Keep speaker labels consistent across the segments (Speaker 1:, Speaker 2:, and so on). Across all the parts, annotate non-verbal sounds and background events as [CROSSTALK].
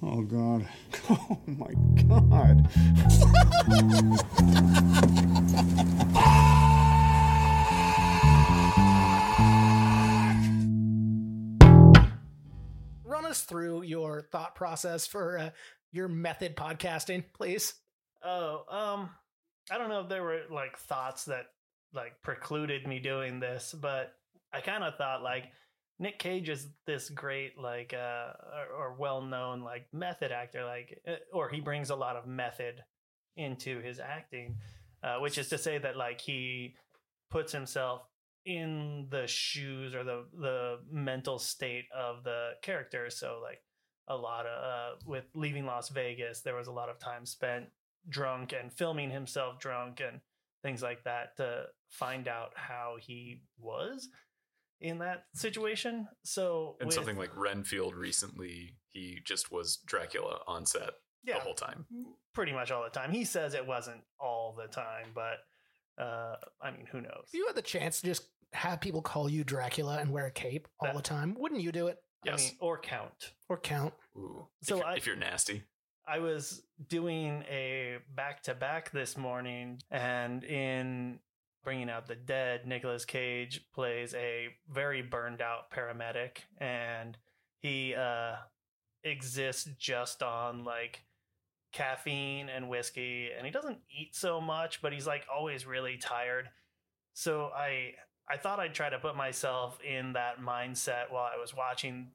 Speaker 1: Oh God. [LAUGHS] Oh my God.
Speaker 2: Run us through your thought process for uh, your method podcasting, please.
Speaker 3: Oh, um, I don't know if there were like thoughts that like precluded me doing this, but I kind of thought like Nick Cage is this great like uh or, or well-known like method actor like uh, or he brings a lot of method into his acting, uh, which is to say that like he puts himself in the shoes or the the mental state of the character. So like a lot of uh, with leaving Las Vegas, there was a lot of time spent drunk and filming himself drunk and things like that to find out how he was in that situation. So
Speaker 4: And
Speaker 3: with-
Speaker 4: something like Renfield recently, he just was Dracula on set
Speaker 3: yeah,
Speaker 4: the whole time.
Speaker 3: pretty much all the time. He says it wasn't all the time, but uh, I mean, who knows?
Speaker 2: If you had the chance to just have people call you Dracula and wear a cape all
Speaker 3: That-
Speaker 2: the time, wouldn't you do it?
Speaker 4: Yes.
Speaker 3: I mean, or count.
Speaker 2: Or count? [LAUGHS]
Speaker 4: Ooh. If
Speaker 3: So
Speaker 4: you're-
Speaker 3: I-
Speaker 4: if you're nasty.
Speaker 3: I was doing a back to back this morning, and in Bringing Out the Dead, Nicolas Cage plays a very burned out paramedic, and he uh, exists just on like caffeine and whiskey, and he doesn't eat so much, but he's like always really tired. So I I thought I'd try to put myself in that mindset while I was watching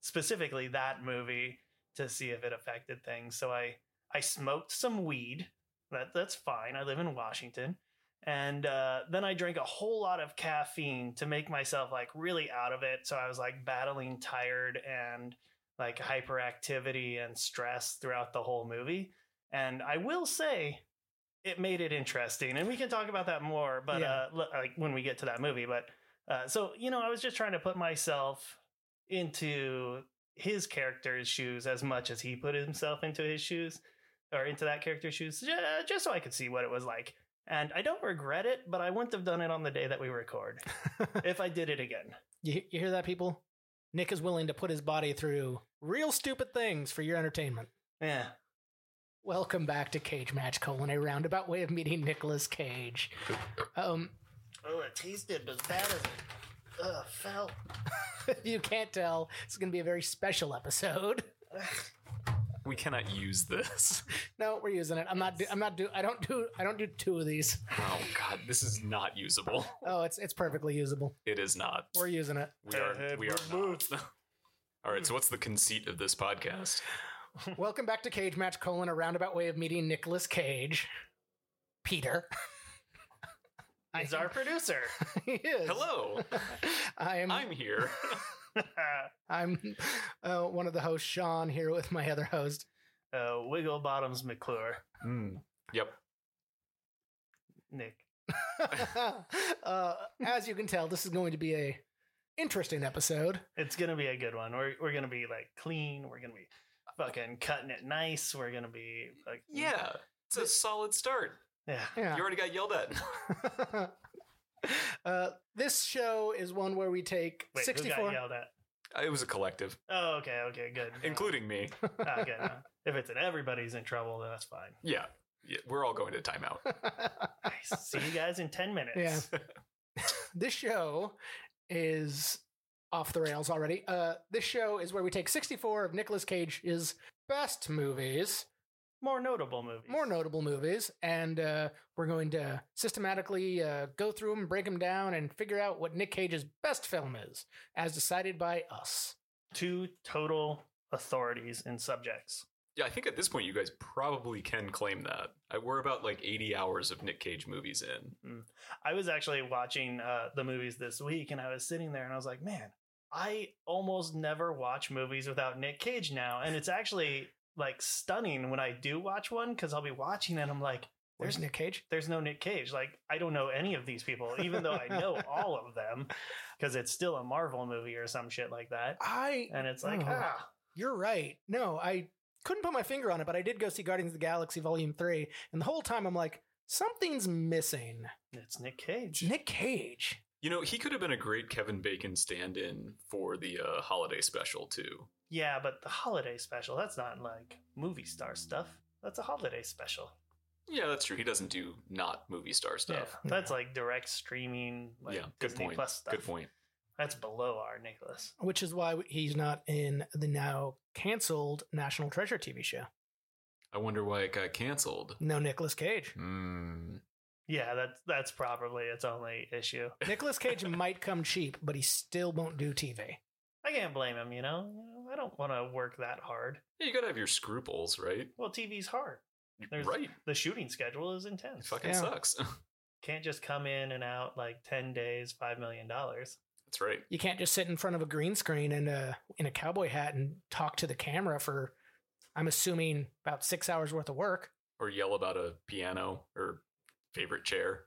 Speaker 3: specifically that movie to see if it affected things. So I I smoked some weed. That that's fine. I live in Washington, and uh, then I drank a whole lot of caffeine to make myself like really out of it. So I was like battling tired and like hyperactivity and stress throughout the whole movie. And I will say. It made it interesting, and we can talk about that more, but
Speaker 2: Yeah.
Speaker 3: uh, l- like when we get to that movie. But uh, so you know, I was just trying to put myself into his character's shoes as much as he put himself into his shoes or into that character's shoes ju- just so i could see what it was like and i don't regret it but i wouldn't have done it on the day that we record if i did it again [LAUGHS]
Speaker 2: You, you hear that, people? Nick is willing to put his body through real stupid things for your entertainment.
Speaker 3: yeah
Speaker 2: Welcome back to Cage Match Colon, a roundabout way of meeting Nicolas Cage. Um, [LAUGHS]
Speaker 3: oh it tasted as bad as it uh, felt
Speaker 2: if you can't tell, it's going to be a very special episode. [LAUGHS]
Speaker 4: We cannot use this. [LAUGHS]
Speaker 2: No, we're using it. I'm not. Do, I'm not do. I don't do. I don't do two of these.
Speaker 4: Oh god, this is not usable.
Speaker 2: Oh, it's it's perfectly usable.
Speaker 4: It is not.
Speaker 2: We're using
Speaker 3: [LAUGHS]
Speaker 2: it.
Speaker 4: We are
Speaker 3: Head
Speaker 4: we are not.
Speaker 3: removed.
Speaker 4: [LAUGHS] All right, so what's the conceit of this podcast?
Speaker 2: Welcome back to Cage Match colon, a roundabout way of meeting Nicolas Cage. Peter. I
Speaker 3: he's our [LAUGHS] producer
Speaker 2: [LAUGHS] he is.
Speaker 3: [LAUGHS]
Speaker 4: Hello.
Speaker 2: I am
Speaker 4: I'm
Speaker 2: I'm,
Speaker 4: here.
Speaker 2: uh, one of the hosts, Sean, here with my other host. [LAUGHS]
Speaker 3: uh, wiggle bottoms mcclure Hmm.
Speaker 4: Mm. Yep.
Speaker 3: nick
Speaker 2: uh, as you can tell, this is going to be a interesting episode.
Speaker 3: it's gonna be a good one we're, we're gonna be like clean we're gonna be fucking cutting it nice we're gonna be like
Speaker 4: Yeah. It's a solid start.
Speaker 3: yeah
Speaker 2: Yeah.
Speaker 4: You already got yelled at.
Speaker 2: [LAUGHS]
Speaker 4: [LAUGHS]
Speaker 2: uh, this show is one where we take
Speaker 3: Wait, who
Speaker 2: 64.
Speaker 3: got yelled at?
Speaker 4: It was a collective,
Speaker 3: Oh, okay, okay, good.
Speaker 4: including
Speaker 3: [LAUGHS]
Speaker 4: me.
Speaker 3: Ah, good. no. If it's in everybody's in trouble, then that's [LAUGHS] fine.
Speaker 4: Yeah. yeah. We're all going to timeout.
Speaker 2: [LAUGHS]
Speaker 3: Nice. See you guys in ten minutes.
Speaker 2: Yeah. this show is off the rails already. Uh, this show is where we take 64 of Nicolas Cage's best movies,
Speaker 3: More notable movies.
Speaker 2: more notable movies, and uh, we're going to systematically uh, go through them, break them down, and figure out what Nick Cage's best film is, as decided by us.
Speaker 3: Two total authorities in subjects.
Speaker 4: Yeah, I think at this point you guys probably can claim that. I we're about like 80 hours of Nick Cage movies in.
Speaker 3: I was actually watching uh, the movies this week, and I was sitting there, and I was like, man, I almost never watch movies without Nick Cage now, and it's actually like stunning when I do watch one because I'll be watching it, and I'm like,
Speaker 2: Where's
Speaker 3: there's
Speaker 2: Nick Cage?
Speaker 3: there's no Nick Cage. Like I don't know any of these people, even though I
Speaker 2: [LAUGHS]
Speaker 3: know all of them because it's still a Marvel movie or some shit like that.
Speaker 2: I,
Speaker 3: And it's like,
Speaker 2: Oh.
Speaker 3: ah,
Speaker 2: you're right. No, I couldn't put my finger on it, but I did go see Guardians of the Galaxy Volume 3, and the whole time I'm like, something's missing.
Speaker 3: it's Nick Cage.
Speaker 2: Nick Cage.
Speaker 4: You know, he could have been a great Kevin Bacon stand-in for the uh, holiday special too.
Speaker 3: Yeah, but the holiday special, that's not like movie star stuff. That's a holiday special.
Speaker 4: Yeah, that's true. He doesn't do not movie star stuff.
Speaker 3: Yeah, that's like direct streaming, like
Speaker 4: yeah, good
Speaker 3: Disney
Speaker 4: point.
Speaker 3: Plus stuff.
Speaker 4: Good point.
Speaker 3: That's below our Nicholas.
Speaker 2: which is why he's not in the now canceled National Treasure TV show.
Speaker 4: I wonder why it got canceled.
Speaker 2: No Nicolas Cage.
Speaker 4: Hmm.
Speaker 3: Yeah, that's that's probably its only issue.
Speaker 2: Nicolas Cage might come cheap, but he still won't do TV.
Speaker 3: I can't blame him. You know, you know I don't want to work that hard.
Speaker 4: Yeah, you gotta have your scruples, right?
Speaker 3: Well, TV's hard. There's-
Speaker 4: right.
Speaker 3: The shooting schedule is intense.
Speaker 4: It fucking
Speaker 2: Yeah.
Speaker 4: sucks. [LAUGHS]
Speaker 3: Can't just come in and out like ten days, five million dollars. [LAUGHS]
Speaker 4: that's right.
Speaker 2: You can't just sit in front of a green screen and uh, in a cowboy hat and talk to the camera for, I'm assuming, about six hours worth of work.
Speaker 4: Or yell about a piano or favorite chair.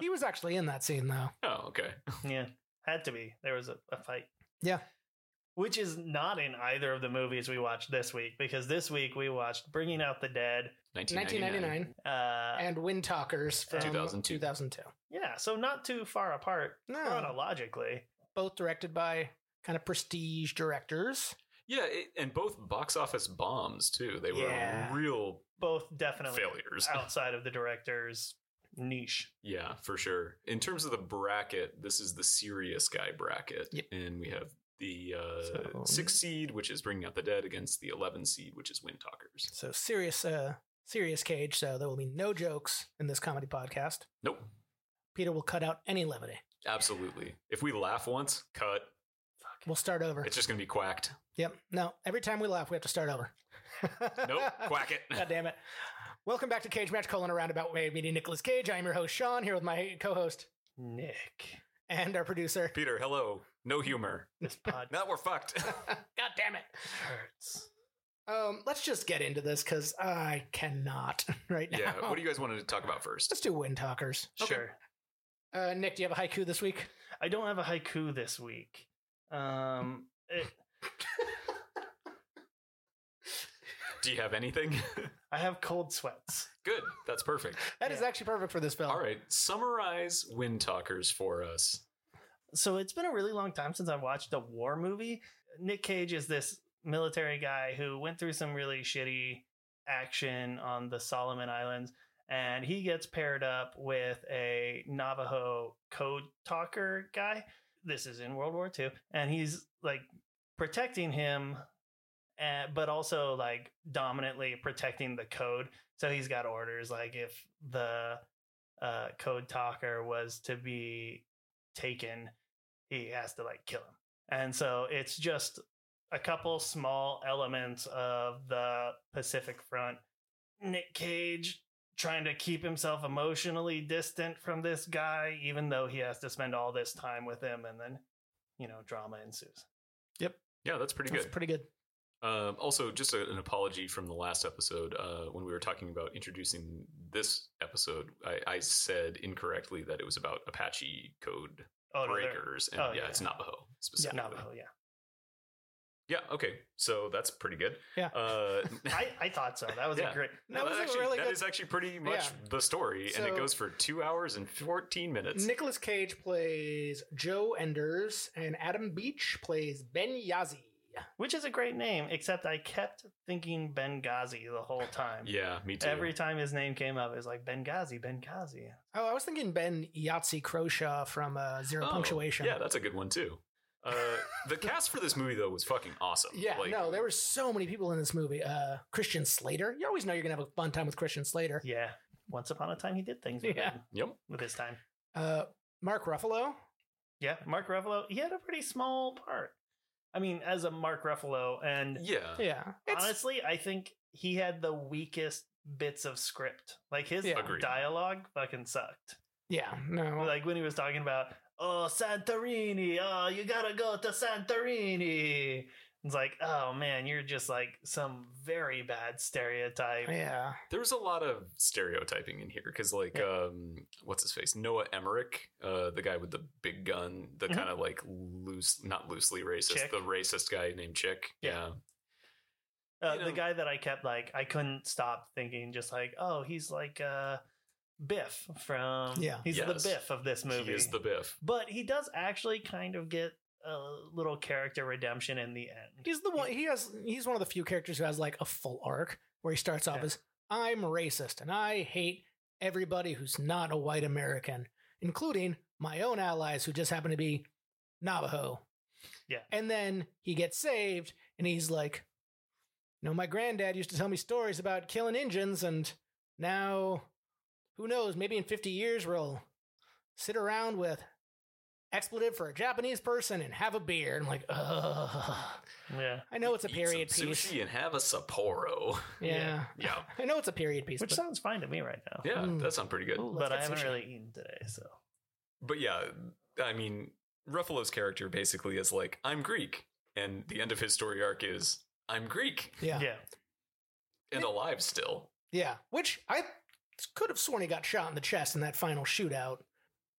Speaker 2: He was actually in that scene though.
Speaker 4: Oh, okay.
Speaker 3: yeah, had to be. There was a, a fight.
Speaker 2: Yeah.
Speaker 3: which is not in either of the movies we watched this week because this week we watched Bringing Out the Dead.
Speaker 4: 1999.
Speaker 2: 1999
Speaker 3: Uh,
Speaker 2: and Wind Talkers from
Speaker 4: 2002.
Speaker 2: 2002.
Speaker 3: yeah, so not too far apart
Speaker 2: No.
Speaker 3: chronologically.
Speaker 2: Both directed by kind of prestige directors.
Speaker 4: Yeah, it, and both box office bombs too. They were
Speaker 2: Yeah.
Speaker 4: real
Speaker 3: Both definitely
Speaker 4: failures. [LAUGHS]
Speaker 3: outside of the director's niche.
Speaker 4: Yeah, for sure. In terms of the bracket, this is the serious guy bracket,
Speaker 2: Yep.
Speaker 4: and we have the uh,
Speaker 2: So-
Speaker 4: six seed, which is Bringing Out the Dead, against the eleven seed, which is Wind Talkers.
Speaker 2: So serious, uh, serious cage. So there will be no jokes in this comedy podcast.
Speaker 4: Nope,
Speaker 2: Peter will cut out any levity.
Speaker 4: absolutely. If we laugh once, cut.
Speaker 2: We'll start over.
Speaker 4: It's just gonna be quacked.
Speaker 2: Yep. No. Every time we laugh, we have to start over.
Speaker 4: [LAUGHS] Nope,
Speaker 2: [LAUGHS]
Speaker 4: quack [LAUGHS] it.
Speaker 2: God damn it. Welcome back to Cage Match: Colon a Roundabout Way, meeting Nicholas Cage. I am your host Sean, here with my co-host
Speaker 3: Nick,
Speaker 2: and our
Speaker 4: [LAUGHS]
Speaker 2: producer.
Speaker 4: Peter, hello. No humor.
Speaker 3: this pod
Speaker 4: Now
Speaker 2: [LAUGHS]
Speaker 4: we're fucked. [LAUGHS]
Speaker 2: God damn it.
Speaker 3: hurts.
Speaker 2: Um, let's just get into this because I cannot [LAUGHS] right now.
Speaker 4: yeah. What do you guys want to talk about
Speaker 2: [LAUGHS]
Speaker 4: first?
Speaker 2: Let's do Wind Talkers.
Speaker 3: Sure.
Speaker 2: Uh, Nick, do you have a haiku this week?
Speaker 3: I don't have a haiku this week. Um, it,
Speaker 4: Do you have anything? [LAUGHS]
Speaker 3: I have cold sweats.
Speaker 4: Good. That's perfect.
Speaker 2: That is
Speaker 3: Yeah.
Speaker 2: actually perfect for this film.
Speaker 4: All right. Summarize Wind Talkers for us.
Speaker 3: So it's been a really long time since I watched a war movie. Nick Cage is this military guy who went through some really shitty action on the Solomon Islands, and he gets paired up with a Navajo code talker guy. This is in World War II, and he's like protecting him, and, but also like dominantly protecting the code. So he's got orders like if the uh, code talker was to be taken, he has to like kill him. And so it's just a couple small elements of the Pacific Front. Nick Cage trying to keep himself emotionally distant from this guy, even though he has to spend all this time with him. And then, you know, drama ensues.
Speaker 4: Yeah, that's pretty
Speaker 2: That's
Speaker 4: good.
Speaker 2: pretty good.
Speaker 4: Um, also, just a, an apology from the last episode uh, when we were talking about introducing this episode. I, I said incorrectly that it was about Apache code
Speaker 3: Oh, no, they're-
Speaker 4: breakers, and
Speaker 3: oh,
Speaker 4: yeah,
Speaker 3: yeah.
Speaker 4: it's Navajo
Speaker 3: Yeah,
Speaker 4: specifically.
Speaker 3: Navajo, yeah.
Speaker 4: Yeah, okay, so that's pretty good.
Speaker 2: Yeah. [LAUGHS]
Speaker 4: uh, [LAUGHS]
Speaker 3: I, I thought so. That was
Speaker 4: Yeah.
Speaker 3: a
Speaker 4: [LAUGHS]
Speaker 3: great.
Speaker 2: That was a
Speaker 4: actually,
Speaker 2: really
Speaker 4: that
Speaker 2: good-
Speaker 4: is actually pretty much
Speaker 2: Yeah.
Speaker 4: the story, and
Speaker 2: So-
Speaker 4: it goes for two hours and fourteen minutes.
Speaker 2: Nicholas Cage plays Joe Enders, and Adam Beach plays Ben Yazzie.
Speaker 3: Which is a great name, except I kept thinking Benghazi the whole time.
Speaker 4: yeah, me too.
Speaker 3: Every time his name came up, it was like Benghazi, Benghazi.
Speaker 2: Oh, I was thinking Ben Yahtzee Croshaw from uh, Zero
Speaker 4: Oh,
Speaker 2: Punctuation.
Speaker 4: Yeah, that's a good one too. Uh, the cast for this movie though was fucking awesome.
Speaker 2: Yeah,
Speaker 4: Like,
Speaker 2: no, there were so many people in this movie. Uh, Christian Slater. You always know you're gonna have a fun time with Christian Slater.
Speaker 3: Yeah. Once upon a time, he did
Speaker 2: [LAUGHS]
Speaker 3: things with,
Speaker 2: Yeah.
Speaker 3: him-
Speaker 4: Yep.
Speaker 3: with his time.
Speaker 2: Uh, Mark Ruffalo.
Speaker 3: Yeah. Mark Ruffalo, he had a pretty small part. I mean, as a Mark Ruffalo. And
Speaker 4: Yeah.
Speaker 2: Yeah, it's
Speaker 3: honestly, I think he had the weakest bits of script. Like his
Speaker 2: Yeah.
Speaker 4: Agreed.
Speaker 3: dialogue fucking sucked.
Speaker 2: yeah, no,
Speaker 3: Like when he was talking about, oh, Santorini, oh, you gotta go to Santorini. It's like, oh man, you're just like some very bad stereotype.
Speaker 2: yeah,
Speaker 4: There was a lot of stereotyping in here because, like, um, what's his face? Noah Emmerich, uh, the guy with the big gun, the
Speaker 3: Mhm.
Speaker 4: kind of like loose, not loosely racist,
Speaker 3: Chick.
Speaker 4: the racist guy named Chick.
Speaker 3: Yeah.
Speaker 4: Yeah.
Speaker 3: Uh,
Speaker 4: You
Speaker 3: the
Speaker 4: know-
Speaker 3: guy that I kept like I couldn't stop thinking just like oh he's like uh Biff from.
Speaker 2: Yeah.
Speaker 3: He's
Speaker 4: Yes.
Speaker 3: the Biff of this movie.
Speaker 4: He is the Biff.
Speaker 3: but he does actually kind of get a little character redemption in the end.
Speaker 2: He's the one. He has. He's one of the few characters who has like a full arc where he starts off
Speaker 3: Yeah.
Speaker 2: as I'm racist and I hate everybody who's not a white American, including my own allies who just happen to be Navajo.
Speaker 3: Yeah.
Speaker 2: And then he gets saved, and he's like, "You know, my granddad used to tell me stories about killing Indians, and now, who knows? Maybe in 50 years we'll sit around with." Expletive for a Japanese person and have a beer. I'm like, ugh.
Speaker 3: Yeah.
Speaker 2: I know it's a
Speaker 4: Eat
Speaker 2: period
Speaker 4: some
Speaker 2: piece.
Speaker 4: Sushi and have
Speaker 3: [LAUGHS]
Speaker 4: a Sapporo.
Speaker 2: [LAUGHS] Yeah.
Speaker 4: Yeah.
Speaker 2: I know it's a period piece.
Speaker 3: Which
Speaker 2: but-
Speaker 3: sounds fine to me right now.
Speaker 4: [LAUGHS] Yeah,
Speaker 2: Mm.
Speaker 4: that sounds pretty good.
Speaker 2: Ooh, let's
Speaker 3: But I
Speaker 2: get
Speaker 3: haven't
Speaker 2: sushi.
Speaker 3: really eaten today, so
Speaker 4: But yeah, I mean, Ruffalo's character basically is like, I'm Greek. And the end of his story arc is, I'm Greek
Speaker 2: Yeah. yeah.
Speaker 3: yeah.
Speaker 4: and alive still.
Speaker 2: Which I could have sworn he got shot in the chest in that final shootout.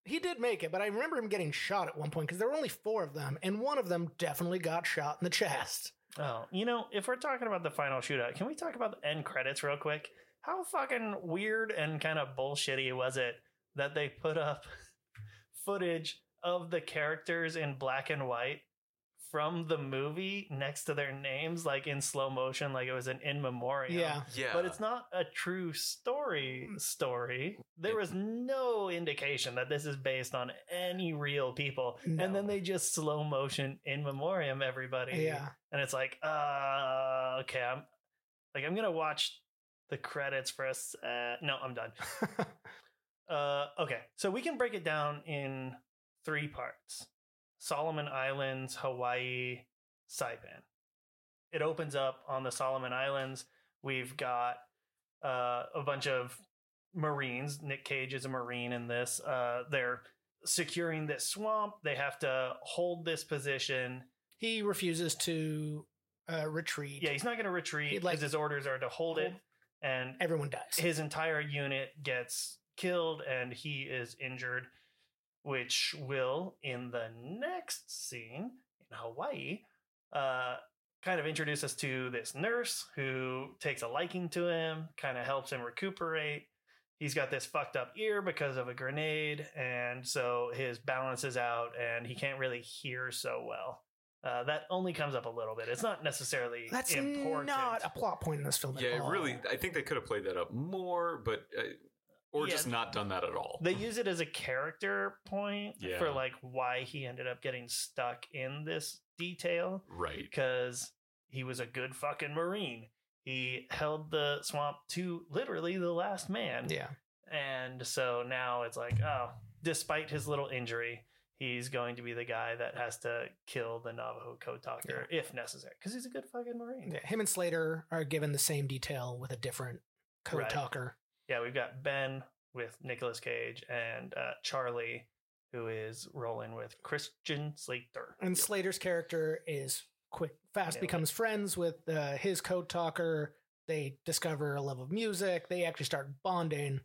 Speaker 2: He did make it, but I remember him getting shot at one point because there were only four of them, and one of them definitely got shot in the chest.
Speaker 3: Oh, you know, if we're talking about the final shootout, can we talk about the end credits real quick? How fucking weird and kind of bullshitty was it that they put up [LAUGHS] footage of the characters in black and white from the movie next to their names, like in slow motion, like it was an in memoriam?
Speaker 2: Yeah.
Speaker 4: Yeah.
Speaker 3: But it's not a true story story. There was no indication that this is based on any real people.
Speaker 2: No.
Speaker 3: And then they just slow motion in memoriam everybody.
Speaker 2: Yeah.
Speaker 3: And it's like, uh okay, I'm like I'm gonna watch the credits for us. Uh, no, I'm done. uh okay. So we can break it down in three parts. Solomon Islands, Hawaii, Saipan. It opens up on the Solomon Islands. We've got uh, a bunch of Marines. Nick Cage is a Marine in this. Uh, they're securing this swamp. They have to hold this position.
Speaker 2: [LAUGHS] He refuses to uh, retreat.
Speaker 3: Yeah, he's not going to retreat
Speaker 2: He'd
Speaker 3: because
Speaker 2: like-
Speaker 3: his orders are to hold it,
Speaker 2: Hold-
Speaker 3: and
Speaker 2: Everyone dies.
Speaker 3: his entire unit gets killed, and he is injured, which will in the next scene in Hawaii, uh, kind of introduce us to this nurse who takes a liking to him, kind of helps him recuperate. He's got this fucked up ear because of a grenade, and so his balance is out, and he can't really hear so well. Uh, that only comes up a little bit. It's not necessarily
Speaker 2: That's
Speaker 3: important.
Speaker 2: not a plot point in this film. at
Speaker 4: yeah,
Speaker 2: all.
Speaker 4: it really, I think they could have played that up more, but, uh, or
Speaker 3: Yeah.
Speaker 4: just not done that at all.
Speaker 3: they use it as a character point
Speaker 4: Yeah.
Speaker 3: for like why he ended up getting stuck in this detail
Speaker 4: right.
Speaker 3: because he was a good fucking marine he held the swamp to literally the last man
Speaker 2: Yeah.
Speaker 3: and so now it's like oh despite his little injury he's going to be the guy that has to kill the navajo code talker if necessary because he's a good fucking marine
Speaker 2: yeah. Him and Slater are given the same detail with a different code
Speaker 3: Right.
Speaker 2: talker.
Speaker 3: yeah, we've got Ben with Nicolas Cage and uh, Charlie, who is rolling with Christian Slater.
Speaker 2: And Slater's character is quick, fast
Speaker 3: Nailed it.
Speaker 2: becomes friends with uh, his code talker. They discover a love of music. They actually start bonding,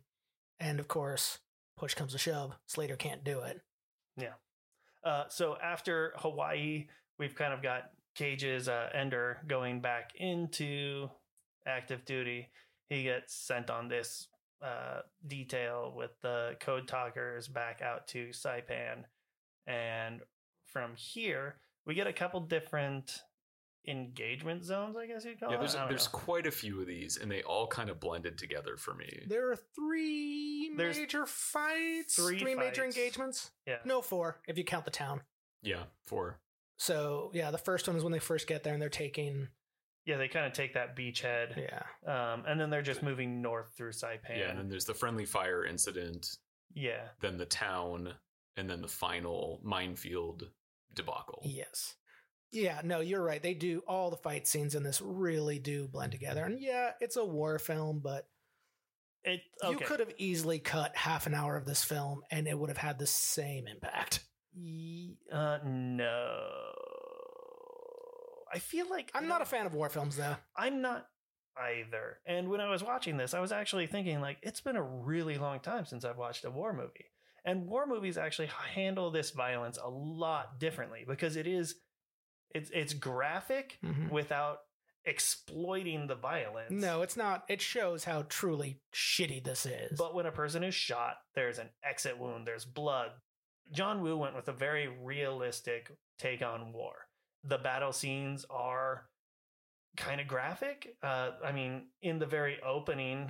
Speaker 2: and of course, push comes to shove. Slater can't do it.
Speaker 3: Uh, so after Hawaii, we've kind of got Cage's uh, Ender going back into active duty. He gets sent on this uh, detail with the code talkers back out to Saipan. And from here, we get a couple different engagement zones, I guess you'd call
Speaker 4: Yeah,
Speaker 3: it.
Speaker 4: there's,
Speaker 3: Oh, I don't
Speaker 4: there's
Speaker 3: know.
Speaker 4: quite a few of these, and they all kind of blended together for me.
Speaker 2: There are three
Speaker 3: Hmm. There's
Speaker 2: major fights,
Speaker 3: three
Speaker 2: major
Speaker 3: fights.
Speaker 2: engagements.
Speaker 3: Yeah.
Speaker 2: No, four if you count the town.
Speaker 4: Yeah, four.
Speaker 2: So yeah, the first one is when they first get there and they're taking
Speaker 3: Yeah, they kind of take that beachhead,
Speaker 2: yeah
Speaker 3: um, and then they're just moving north through Saipan.
Speaker 4: Yeah, and then there's the friendly fire incident,
Speaker 3: yeah,
Speaker 4: then the town, and then the final minefield debacle.
Speaker 2: Yes. Yeah, no, you're right. They do all the fight scenes in this really do blend together. And yeah, it's a war film, but
Speaker 3: it. Okay.
Speaker 2: you could have easily cut half an hour of this film and it would have had the same impact.
Speaker 3: Ye- Uh, no, I feel like
Speaker 2: I'm not a fan of war films though.
Speaker 3: I'm not either. And when I was watching this, I was actually thinking like it's been a really long time since I've watched a war movie. And war movies actually handle this violence a lot differently because it is it's it's graphic
Speaker 2: Mhm.
Speaker 3: without exploiting the violence.
Speaker 2: No, it's not. It shows how truly shitty this is.
Speaker 3: But when a person is shot, there's an exit wound, there's blood. John Woo went with a very realistic take on war. The battle scenes are kind of graphic. Uh, I mean, in the very opening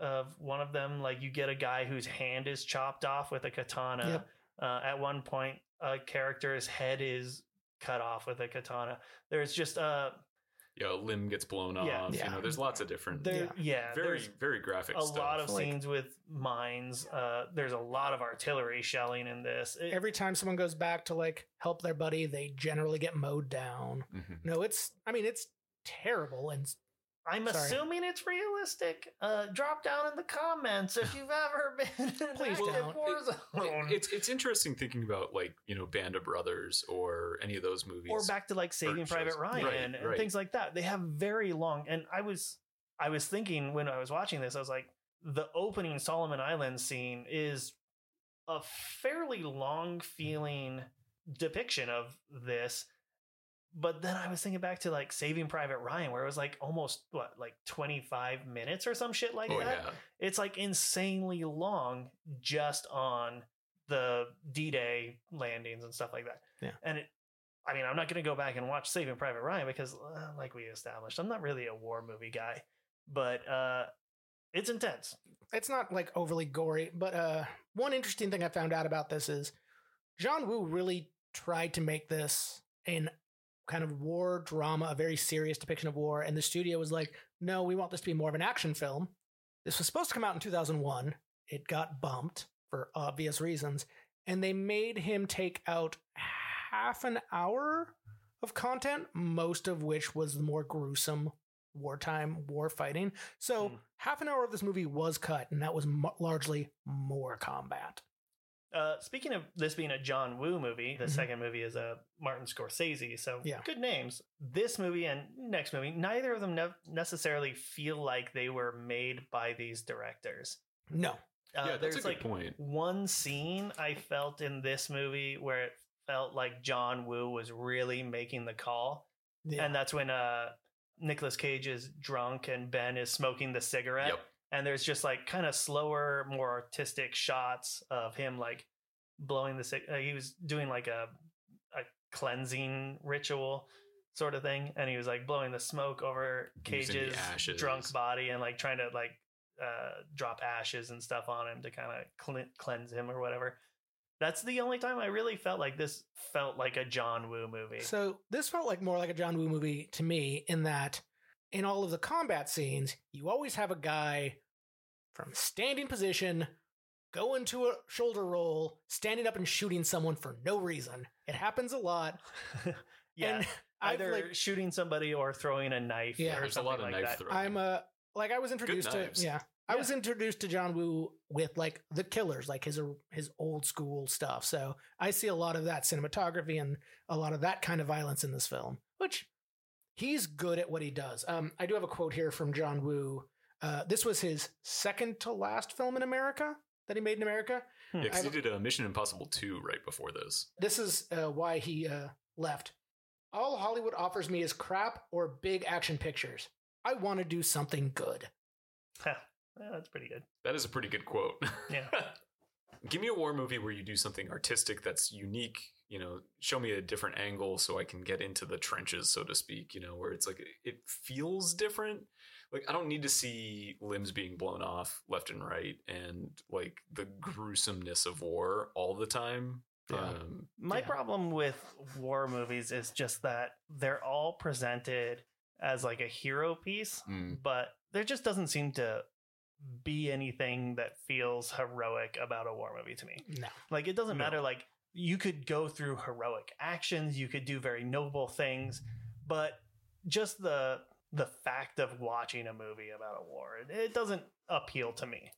Speaker 3: of one of them, like you get a guy whose hand is chopped off with a katana.
Speaker 2: Yep.
Speaker 3: Uh, at one point, a character's head is cut off with a katana. There's just uh,
Speaker 4: Yeah, a limb gets blown off.
Speaker 3: Yeah.
Speaker 4: You
Speaker 2: Yeah.
Speaker 4: know, there's lots of different
Speaker 3: there,
Speaker 2: Yeah.
Speaker 3: yeah,
Speaker 4: very
Speaker 3: there's-
Speaker 4: very graphic
Speaker 3: a
Speaker 4: stuff.
Speaker 3: lot of
Speaker 4: Like,
Speaker 3: scenes with mines. Uh, there's a lot of artillery shelling in this. It-
Speaker 2: Every time someone goes back to like help their buddy, they generally get mowed down.
Speaker 4: mhm.
Speaker 2: No, it's I mean it's terrible and
Speaker 3: I'm
Speaker 2: sorry.
Speaker 3: assuming it's realistic. Uh, drop down in the comments if you've ever been in an
Speaker 2: Please
Speaker 3: active
Speaker 2: don't.
Speaker 3: war zone.
Speaker 4: It- it's it's interesting thinking about like you know Band of Brothers or any of those movies.
Speaker 3: or back to like Saving
Speaker 4: shows.
Speaker 3: Private Ryan
Speaker 4: Right,
Speaker 3: and
Speaker 4: right.
Speaker 3: things like that. They have very long. And I was, I was thinking when I was watching this, I was like, the opening Solomon Island scene is a fairly long feeling depiction of this. But then I was thinking back to like Saving Private Ryan, where it was like almost what, like 25 minutes or some shit like
Speaker 4: oh
Speaker 3: that.
Speaker 4: yeah,
Speaker 3: it's like insanely long just on the D-Day landings and stuff like that.
Speaker 2: Yeah.
Speaker 3: And it, I mean, I'm not going to go back and watch Saving Private Ryan because, uh, like we established, I'm not really a war movie guy, but uh, it's intense.
Speaker 2: it's not like overly gory, but uh, one interesting thing I found out about this is John Woo really tried to make this an kind of war drama, a very serious depiction of war, and the studio was like, "No, we want this to be more of an action film." This was supposed to come out in 2001. It got bumped for obvious reasons, and they made him take out half an hour of content, most of which was the more gruesome wartime war fighting. So
Speaker 3: Hmm.
Speaker 2: half an hour of this movie was cut, and that was m- largely more combat.
Speaker 3: Uh, speaking of this being a John Woo movie, the
Speaker 4: Mm-hmm.
Speaker 2: Mhm.
Speaker 3: second movie is a Martin Scorsese, so
Speaker 2: Yeah.
Speaker 3: good names. This movie and next movie, neither of them ne- necessarily feel like they were made by these directors.
Speaker 2: No,
Speaker 3: Uh,
Speaker 4: yeah. That's
Speaker 3: there's
Speaker 4: a good
Speaker 3: like
Speaker 4: point.
Speaker 3: one scene I felt in this movie where it felt like John Woo was really making the call,
Speaker 2: yeah.
Speaker 3: and that's when uh Nicolas Cage is drunk and Ben is smoking the cigarette,
Speaker 4: Yep.
Speaker 3: and there's just like kind of slower, more artistic shots of him like blowing the cig. Uh, he was doing like a a cleansing ritual sort of thing, and he was like blowing the smoke over
Speaker 4: Using the
Speaker 3: Cage's
Speaker 4: ashes.
Speaker 3: drunk body and like trying to like uh, drop ashes and stuff on him to kind of cle- cleanse him or whatever. That's the only time I really felt like this felt like a John Woo movie.
Speaker 2: So this felt like more like a John Woo movie to me in that in all of the combat scenes, you always have a guy from standing position going to a shoulder roll, standing up and shooting someone for no reason. It happens a lot.
Speaker 3: [LAUGHS] yeah,
Speaker 2: And [LAUGHS] I've
Speaker 3: either
Speaker 2: like
Speaker 3: shooting somebody or throwing a knife.
Speaker 2: Yeah.
Speaker 3: or
Speaker 4: There's a lot of
Speaker 3: something like
Speaker 4: knife
Speaker 3: that.
Speaker 4: throwing.
Speaker 2: I'm a like I was introduced to
Speaker 4: knives.
Speaker 2: yeah. I
Speaker 3: Yeah.
Speaker 2: was introduced to John Woo with like the killers, like his his old school stuff. So I see a lot of that cinematography and a lot of that kind of violence in this film, which he's good at what he does. Um, I do have a quote here from John Woo. Uh, this was his second to last film in America that he made in America.
Speaker 3: Hmm.
Speaker 4: yeah, because
Speaker 2: I
Speaker 4: he did a Mission Impossible two right before this.
Speaker 2: This is uh, why he uh, left. All Hollywood offers me is crap or big action pictures. I want to do something good.
Speaker 3: Yeah, that's pretty good.
Speaker 4: That is a pretty good quote.
Speaker 3: Yeah.
Speaker 4: [LAUGHS] Give me a war movie where you do something artistic that's unique. You know, show me a different angle so I can get into the trenches, so to speak. You know, where it's like it feels different. Like I don't need to see limbs being blown off left and right, and like the gruesomeness of war all the time.
Speaker 2: Yeah.
Speaker 4: Um,
Speaker 3: My
Speaker 2: Yeah.
Speaker 3: problem with war movies is just that they're all presented as like a hero piece,
Speaker 4: mm,
Speaker 3: but there just doesn't seem to be anything that feels heroic about a war movie to me.
Speaker 2: No.
Speaker 3: Like it doesn't
Speaker 4: No.
Speaker 3: matter like you could go through heroic actions, you could do very noble things, but just the the fact of watching a movie about a war, it- it doesn't appeal to me.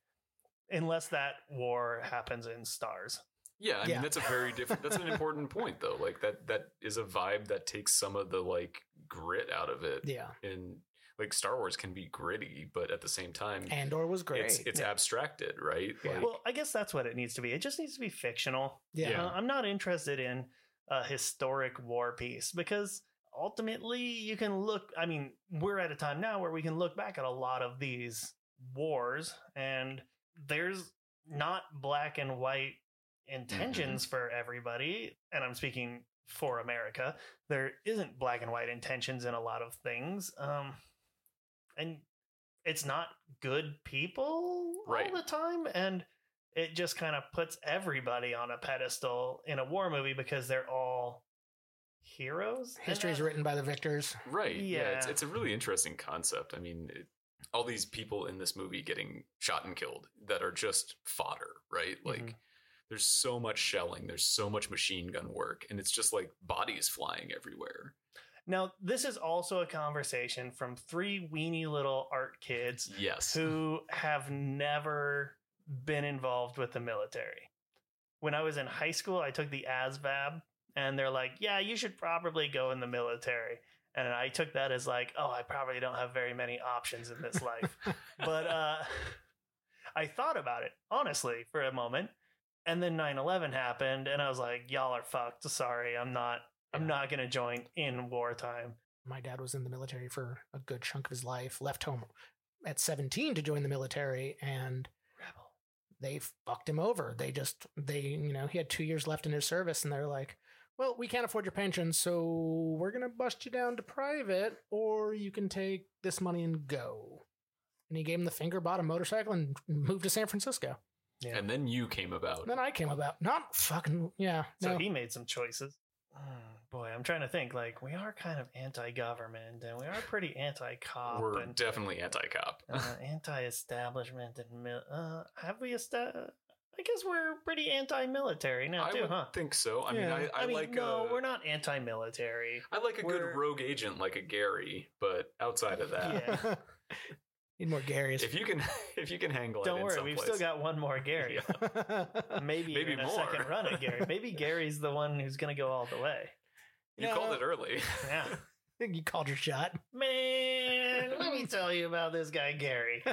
Speaker 3: Unless that war happens in stars.
Speaker 4: Yeah, I
Speaker 2: Yeah.
Speaker 4: mean that's a very different. That's an important point, though. Like that that is a vibe that takes some of the like grit out of it,
Speaker 2: Yeah.
Speaker 4: and like Star Wars can be gritty, but at the same time,
Speaker 2: Andor was great.
Speaker 4: it's it's
Speaker 3: Yeah.
Speaker 4: abstracted, right?
Speaker 2: Yeah.
Speaker 4: Like,
Speaker 3: Well, I guess that's what it needs to be. It just needs to be fictional.
Speaker 2: yeah.
Speaker 4: yeah.
Speaker 3: Uh, I'm not interested in a historic war piece because ultimately you can look i mean we're at a time now where we can look back at a lot of these wars and there's not black and white intentions for everybody and i'm speaking for america there isn't black and white intentions in a lot of things um and it's not good people
Speaker 4: Right.
Speaker 3: all the time and it just kind of puts everybody on a pedestal in a war movie because they're all heroes And
Speaker 2: History is
Speaker 3: that-
Speaker 2: written by the victors.
Speaker 4: Right. Yeah. it's,
Speaker 3: Yeah.
Speaker 4: it's a really interesting concept. I mean, it, all these people in this movie getting shot and killed that are just fodder, right? Like,
Speaker 3: Mhm.
Speaker 4: there's so much shelling, there's so much machine gun work, and it's just like bodies flying everywhere.
Speaker 3: Now, this is also a conversation from three weeny little art kids
Speaker 4: Yes.
Speaker 3: who have never been involved with the military. When I was in high school, I took the ASVAB, and they're like, Yeah, you should probably go in the military. And I took that as like, Oh, I probably don't have very many options in this
Speaker 4: [LAUGHS]
Speaker 3: life. but uh, I thought about it, honestly, for a moment. And then 9 11 happened, and I was like, Y'all are fucked. Sorry, I'm not. I'm not going to join in wartime.
Speaker 2: My dad was in the military for a good chunk of his life, left home at 17 to join the military, and
Speaker 3: Rebel.
Speaker 2: they fucked him over. They just, they, you know, he had two years left in his service, and they're like, well, we can't afford your pension, so we're going to bust you down to private, or you can take this money and go. And he gave him the finger, bought a motorcycle, and moved to San Francisco.
Speaker 3: Yeah.
Speaker 4: And then you came about.
Speaker 2: Then I came about, not fucking, yeah.
Speaker 3: So
Speaker 2: no.
Speaker 3: he made some choices. Mm, boy, I'm trying to think. Like we are kind of anti-government, and we are pretty anti-cop,
Speaker 4: We're
Speaker 3: and
Speaker 4: definitely anti cop.
Speaker 3: uh, anti-establishment, and mil- uh, have we? Esta- I guess we're pretty anti-military now
Speaker 4: I
Speaker 3: too,
Speaker 4: would
Speaker 3: huh?
Speaker 4: think so. I mean,
Speaker 2: Yeah.
Speaker 4: I, I,
Speaker 3: mean,
Speaker 4: like uh,
Speaker 3: no,
Speaker 4: a,
Speaker 3: we're not anti-military.
Speaker 4: I like a
Speaker 3: we're-
Speaker 4: good rogue agent like a Gary, but outside of that,
Speaker 3: Yeah. [LAUGHS]
Speaker 2: Need more Garys.
Speaker 4: if you can, [LAUGHS] if you can hang glide
Speaker 3: Don't
Speaker 4: in
Speaker 3: worry,
Speaker 4: someplace,
Speaker 3: we've still got one
Speaker 4: [LAUGHS]
Speaker 3: more Gary.
Speaker 4: Yeah.
Speaker 3: Maybe
Speaker 4: Maybe
Speaker 3: even a
Speaker 4: more.
Speaker 3: second run at Gary.
Speaker 4: [LAUGHS]
Speaker 3: Maybe Gary's the one who's going to go all the way.
Speaker 4: You
Speaker 2: No.
Speaker 4: called it early. [LAUGHS]
Speaker 3: Yeah.
Speaker 2: you called your shot. [LAUGHS]
Speaker 3: Man, let me tell you about this guy Gary.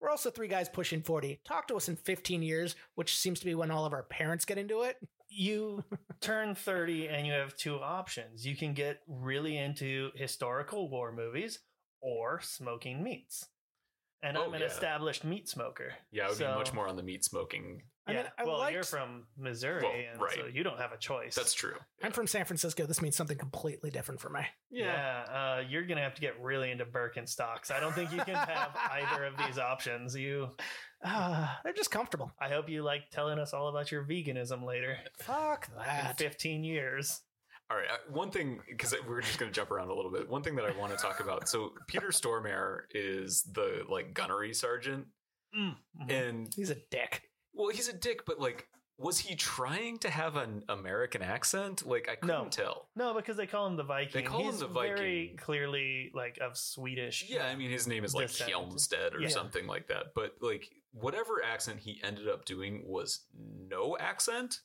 Speaker 2: We're also three guys pushing 40. Talk to us in 15 years, which seems to be when all of our parents get into it.
Speaker 3: you turn 30 and you have two options. You can get really into historical war movies or smoking meats. And
Speaker 4: Oh,
Speaker 3: I'm an
Speaker 4: yeah.
Speaker 3: established meat smoker.
Speaker 4: Yeah, I would be
Speaker 3: So-
Speaker 4: much more on the meat smoking.
Speaker 2: I
Speaker 3: yeah.
Speaker 2: mean, I
Speaker 3: well, you're
Speaker 2: liked-
Speaker 3: from Missouri,
Speaker 4: Well,
Speaker 3: and
Speaker 4: right.
Speaker 3: so you don't have a choice.
Speaker 4: That's true.
Speaker 2: I'm from San Francisco. This means something completely different for me. [SIGHS]
Speaker 3: Yeah, uh, you're gonna have to get really into Birkenstocks. I don't think you can
Speaker 4: [LAUGHS]
Speaker 3: have either of these options. You,
Speaker 2: Uh, they're just comfortable.
Speaker 3: I hope you like telling us all about your veganism [LAUGHS] later
Speaker 2: Fuck
Speaker 3: in
Speaker 2: that.
Speaker 3: 15 years.
Speaker 4: All right. I- One thing, because we're just going to jump around a little bit. One thing that I want to talk about. So
Speaker 3: [LAUGHS]
Speaker 4: Peter Stormare is the like gunnery sergeant,
Speaker 3: Mm. Mhm.
Speaker 4: and
Speaker 2: He's a dick.
Speaker 4: well, he's a dick, but like, was he trying to have an American accent? Like, I couldn't
Speaker 3: No.
Speaker 4: tell.
Speaker 3: No, because they call him the Viking.
Speaker 4: call him
Speaker 3: He's
Speaker 4: the
Speaker 3: Very
Speaker 4: Viking.
Speaker 3: clearly, like of Swedish.
Speaker 4: Yeah, I mean, his name is like
Speaker 3: Descent.
Speaker 4: Hjelmstead or
Speaker 3: Yeah.
Speaker 4: something like that. But like, whatever accent he ended up doing was no accent,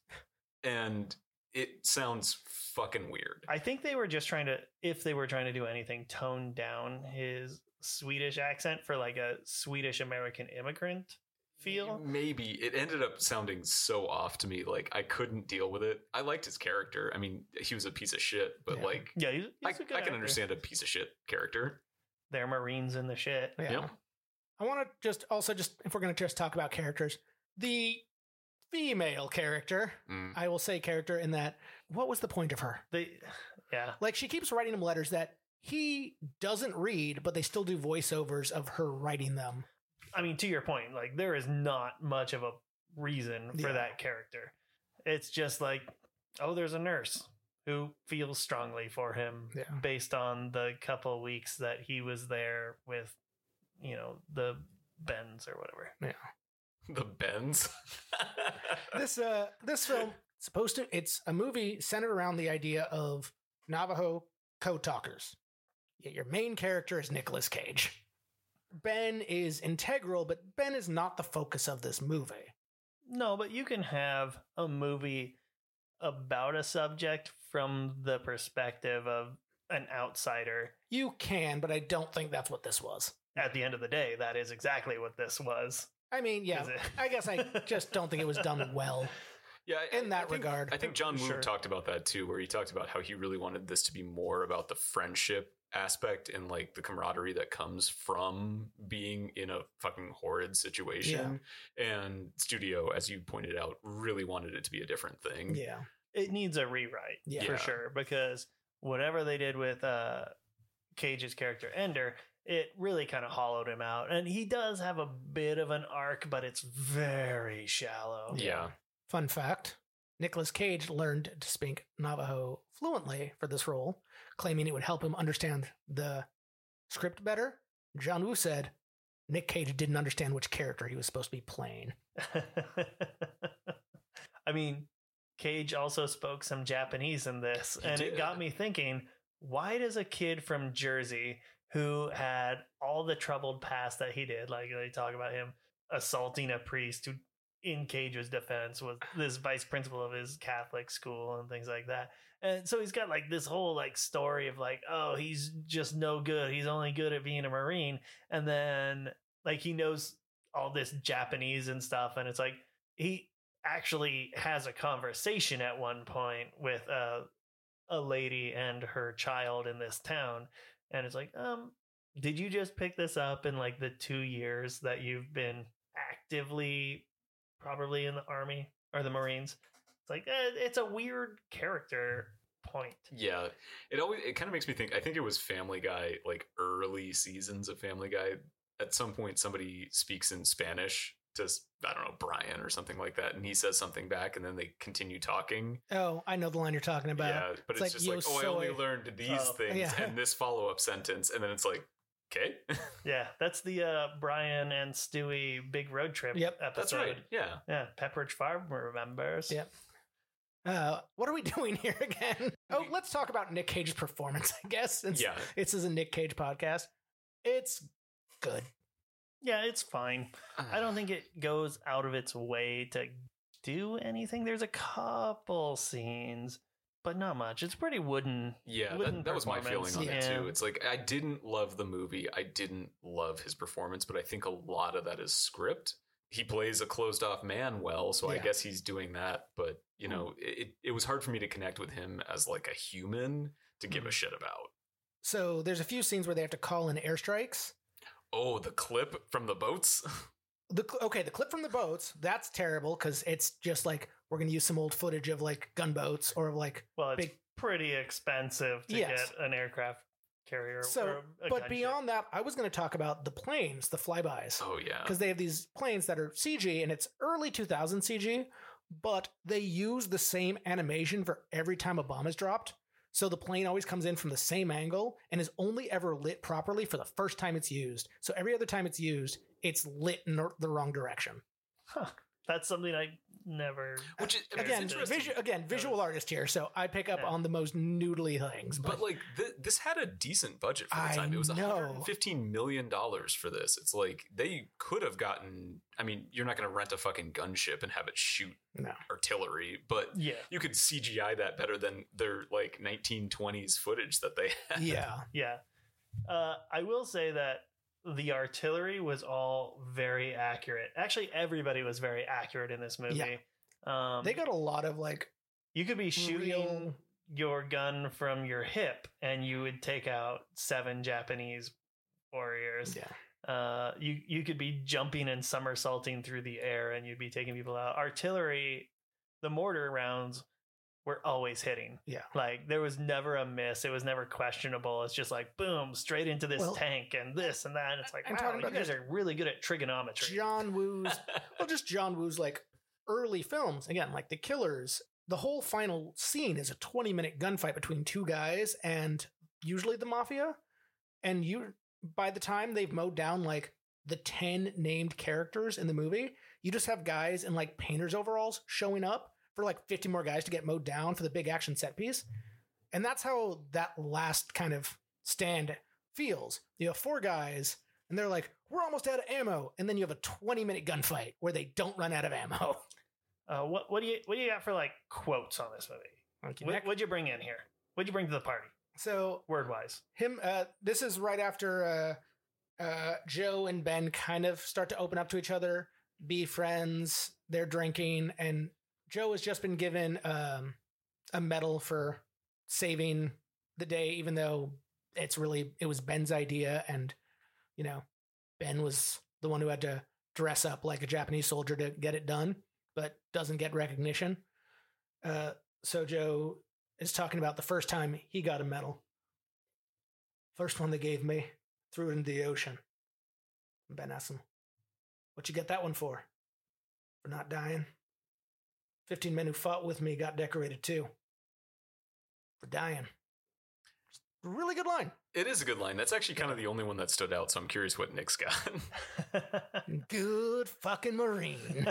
Speaker 4: and it sounds fucking weird.
Speaker 3: I think they were just trying to, if they were trying to do anything, tone down his Swedish accent for like a Swedish American immigrant feel.
Speaker 4: Maybe it ended up sounding so off to me. Like I couldn't deal with it. I liked his character. I mean, he was a piece of shit, but
Speaker 2: Yeah.
Speaker 4: like
Speaker 3: Yeah, he's, he's
Speaker 4: I,
Speaker 3: a good
Speaker 4: I
Speaker 3: actor.
Speaker 4: can understand a piece of shit character.
Speaker 3: They're Marines in the shit.
Speaker 2: Yeah.
Speaker 4: Yeah.
Speaker 2: I want to just also just, if we're going to just talk about characters, the female character,
Speaker 4: Mm.
Speaker 2: I will say character in that, what was the point of her?
Speaker 3: They, yeah,
Speaker 2: Like she keeps writing him letters that he doesn't read, but they still do voiceovers of her writing them.
Speaker 3: I mean, to your point, like there is not much of a reason for
Speaker 2: Yeah.
Speaker 3: that character. It's just like, oh, there's a nurse who feels strongly for him
Speaker 2: Yeah.
Speaker 3: based on the couple weeks that he was there with, you know, the Bens or whatever.
Speaker 4: The
Speaker 3: [LAUGHS]
Speaker 4: Bends.
Speaker 2: This uh this film it's supposed to it's a movie centered around the idea of Navajo code talkers. Yet your main character is Nicolas Cage. Ben is integral, but Ben is not the focus of this movie.
Speaker 3: No, but you can have a movie about a subject from the perspective of an outsider.
Speaker 2: You can, but I don't think that's what this was.
Speaker 3: At the end of the day, that is exactly what this was.
Speaker 2: I mean, yeah,
Speaker 3: Is it- [LAUGHS]
Speaker 2: I guess I just don't think it was done well.
Speaker 4: Yeah, I-
Speaker 2: in
Speaker 4: I-
Speaker 2: that
Speaker 4: I think-
Speaker 2: regard.
Speaker 4: I think John Woo
Speaker 3: Sure.
Speaker 4: talked about that too, where he talked about how he really wanted this to be more about the friendship aspect and like the camaraderie that comes from being in a fucking horrid situation. And studio, as you pointed out, really wanted it to be a different thing.
Speaker 2: Yeah.
Speaker 3: it needs a rewrite
Speaker 2: Yeah.
Speaker 3: for
Speaker 4: Yeah.
Speaker 3: sure because whatever they did with uh Cage's character Ender, it really kind of hollowed him out. And he does have a bit of an arc, but it's very shallow.
Speaker 4: Yeah.
Speaker 2: Fun fact Nicolas Cage learned to speak Navajo fluently for this role, claiming it would help him understand the script better. John Woo said Nick Cage didn't understand which character he was supposed to be playing.
Speaker 3: [LAUGHS] I mean, Cage also spoke some Japanese in this,
Speaker 4: He
Speaker 3: and it
Speaker 4: did.
Speaker 3: got me thinking why does a kid from Jersey who had all the troubled past that he did, like they talk about him assaulting a priest who, in Cage's defense, was this vice principal of his Catholic school and things like that? And so he's got like this whole like story of like, oh, he's just no good. He's only good at being a Marine. And then like he knows all this Japanese and stuff, and it's like he actually has a conversation at one point with a a lady and her child in this town, and it's like, um, did you just pick this up in like the two years that you've been actively, probably in the army or the Marines? It's like eh, it's a weird character point.
Speaker 4: Yeah. It always it kind of makes me think I think it was Family Guy, like early seasons of Family Guy. At some point somebody speaks in Spanish to I don't know, Brian or something like that, and he says something back and then they continue talking.
Speaker 2: Oh, I know the line you're talking about.
Speaker 4: yeah, but
Speaker 2: it's
Speaker 4: it's,
Speaker 2: like,
Speaker 4: just
Speaker 2: yo
Speaker 4: like, oh, I only
Speaker 2: soy.
Speaker 4: learned these
Speaker 3: Oh,
Speaker 4: things
Speaker 2: yeah.
Speaker 4: and this follow up sentence, and then it's like, okay, [LAUGHS]
Speaker 3: Yeah, that's the uh, Brian and Stewie big road trip.
Speaker 2: Yep,
Speaker 3: episode.
Speaker 4: that's right, yeah.
Speaker 3: Yeah, Pepperidge Farm remembers.
Speaker 2: Yep. Uh, what are we [LAUGHS] doing here again? Oh, let's talk about Nick Cage's performance, I guess. Since
Speaker 4: Yeah,
Speaker 2: This is a Nick Cage podcast. It's good.
Speaker 3: Yeah, it's fine. I
Speaker 2: [SIGHS]
Speaker 3: don't think it goes out of its way to do anything. There's a couple scenes, but not much. It's pretty wooden.
Speaker 4: [SIGHS] Yeah,
Speaker 3: wooden
Speaker 4: that, that was my feeling on
Speaker 3: performance.
Speaker 4: it
Speaker 3: Yeah.
Speaker 4: too. It's like I didn't love the movie. I didn't love his performance, but I think a lot of that is script. He plays a closed off man well, so I
Speaker 2: Yeah.
Speaker 4: guess he's doing that. But you know, it it was hard for me to connect with him as like a human to give a shit about.
Speaker 2: So there's a few scenes where they have to call in airstrikes.
Speaker 4: Oh, the clip from the boats. [LAUGHS]
Speaker 2: The cl- okay, the clip from the boats that's terrible because it's just like we're gonna use some old footage of like gunboats or like.
Speaker 3: Well, it's
Speaker 2: Big-
Speaker 3: pretty expensive to
Speaker 2: Yes.
Speaker 3: get an aircraft carrier.
Speaker 2: So,
Speaker 3: or a
Speaker 2: But
Speaker 3: gunship.
Speaker 2: beyond that, I was gonna talk about the planes, the flybys,
Speaker 4: oh yeah,
Speaker 2: because they have these planes that are CG and it's early 2000 CG, but they use the same animation for every time a bomb is dropped. So the plane always comes in from the same angle and is only ever lit properly for the first time it's used. So every other time it's used, it's lit in the- the wrong direction.
Speaker 3: Huh. that's something I never.
Speaker 4: which is,
Speaker 3: There's
Speaker 2: again,
Speaker 3: interesting
Speaker 2: visu- again, visual
Speaker 3: notice.
Speaker 2: artist here, so I pick up
Speaker 3: Yeah.
Speaker 2: on the most noodly things. But,
Speaker 4: But like th- this had a decent budget for the
Speaker 2: I
Speaker 4: time. It was
Speaker 2: know.
Speaker 4: 115 million dollars for this. It's like they could have gotten. I mean, you're not going to rent a fucking gunship and have it shoot
Speaker 2: No.
Speaker 4: artillery, but
Speaker 3: Yeah,
Speaker 4: you could CGI that better than their like 1920s footage that they had. [LAUGHS]
Speaker 2: yeah,
Speaker 3: yeah. Uh, I will say that the artillery was all very accurate. Actually, everybody was very accurate in this movie. Um,
Speaker 2: they got a lot of like
Speaker 3: you could be shooting.
Speaker 2: real.
Speaker 3: your gun from your hip and you would take out seven Japanese warriors.
Speaker 2: Yeah,
Speaker 3: Uh, you you could be jumping and somersaulting through the air and you'd be taking people out. Artillery, the mortar rounds were always hitting.
Speaker 2: Yeah.
Speaker 3: Like there was never a miss. It was never questionable. It's just like boom, straight into this
Speaker 2: Well-
Speaker 3: tank and this and that. And it's like,
Speaker 2: I'm
Speaker 3: wow,
Speaker 2: talking
Speaker 3: you
Speaker 2: about
Speaker 3: guys are really good at trigonometry.
Speaker 2: John Woo's well, just John Woo's like early films again, like The Killers. The whole final scene is a 20 minute gunfight between two guys and usually the mafia. And you, by the time they've mowed down like the 10 named characters in the movie, you just have guys in like painters' overalls showing up for like 50 more guys to get mowed down for the big action set piece. And that's how that last kind of stand feels. You have four guys and they're like, "We're almost out of ammo," and then you have a twenty-minute gunfight where they don't run out of ammo.
Speaker 3: Uh, what what do you what do you got for like quotes on this movie? What, what'd you bring in here? What'd you bring to the party?
Speaker 2: So
Speaker 3: Word wise.
Speaker 2: [LAUGHS]
Speaker 3: [LAUGHS]
Speaker 2: him, uh, this is right after uh, uh, Joe and Ben kind of start to open up to each other, be friends. They're drinking, and Joe has just been given um, a medal for saving the day, even though it's really it was Ben's idea, and you know Ben was the one who had to dress up like a Japanese soldier to get it done, but doesn't get recognition. Uh, so Joe is talking about the first time he got a medal, first one they gave me, threw it into the ocean. Ben asks him, "What you get that one for? For not dying?" 15 men who fought with me got decorated too for dying. Really good line.
Speaker 4: It is a good line. That's actually kind of the only one that stood out. So I'm curious what Nick's got. [LAUGHS]
Speaker 2: Good fucking
Speaker 3: [LAUGHS]
Speaker 2: Marine.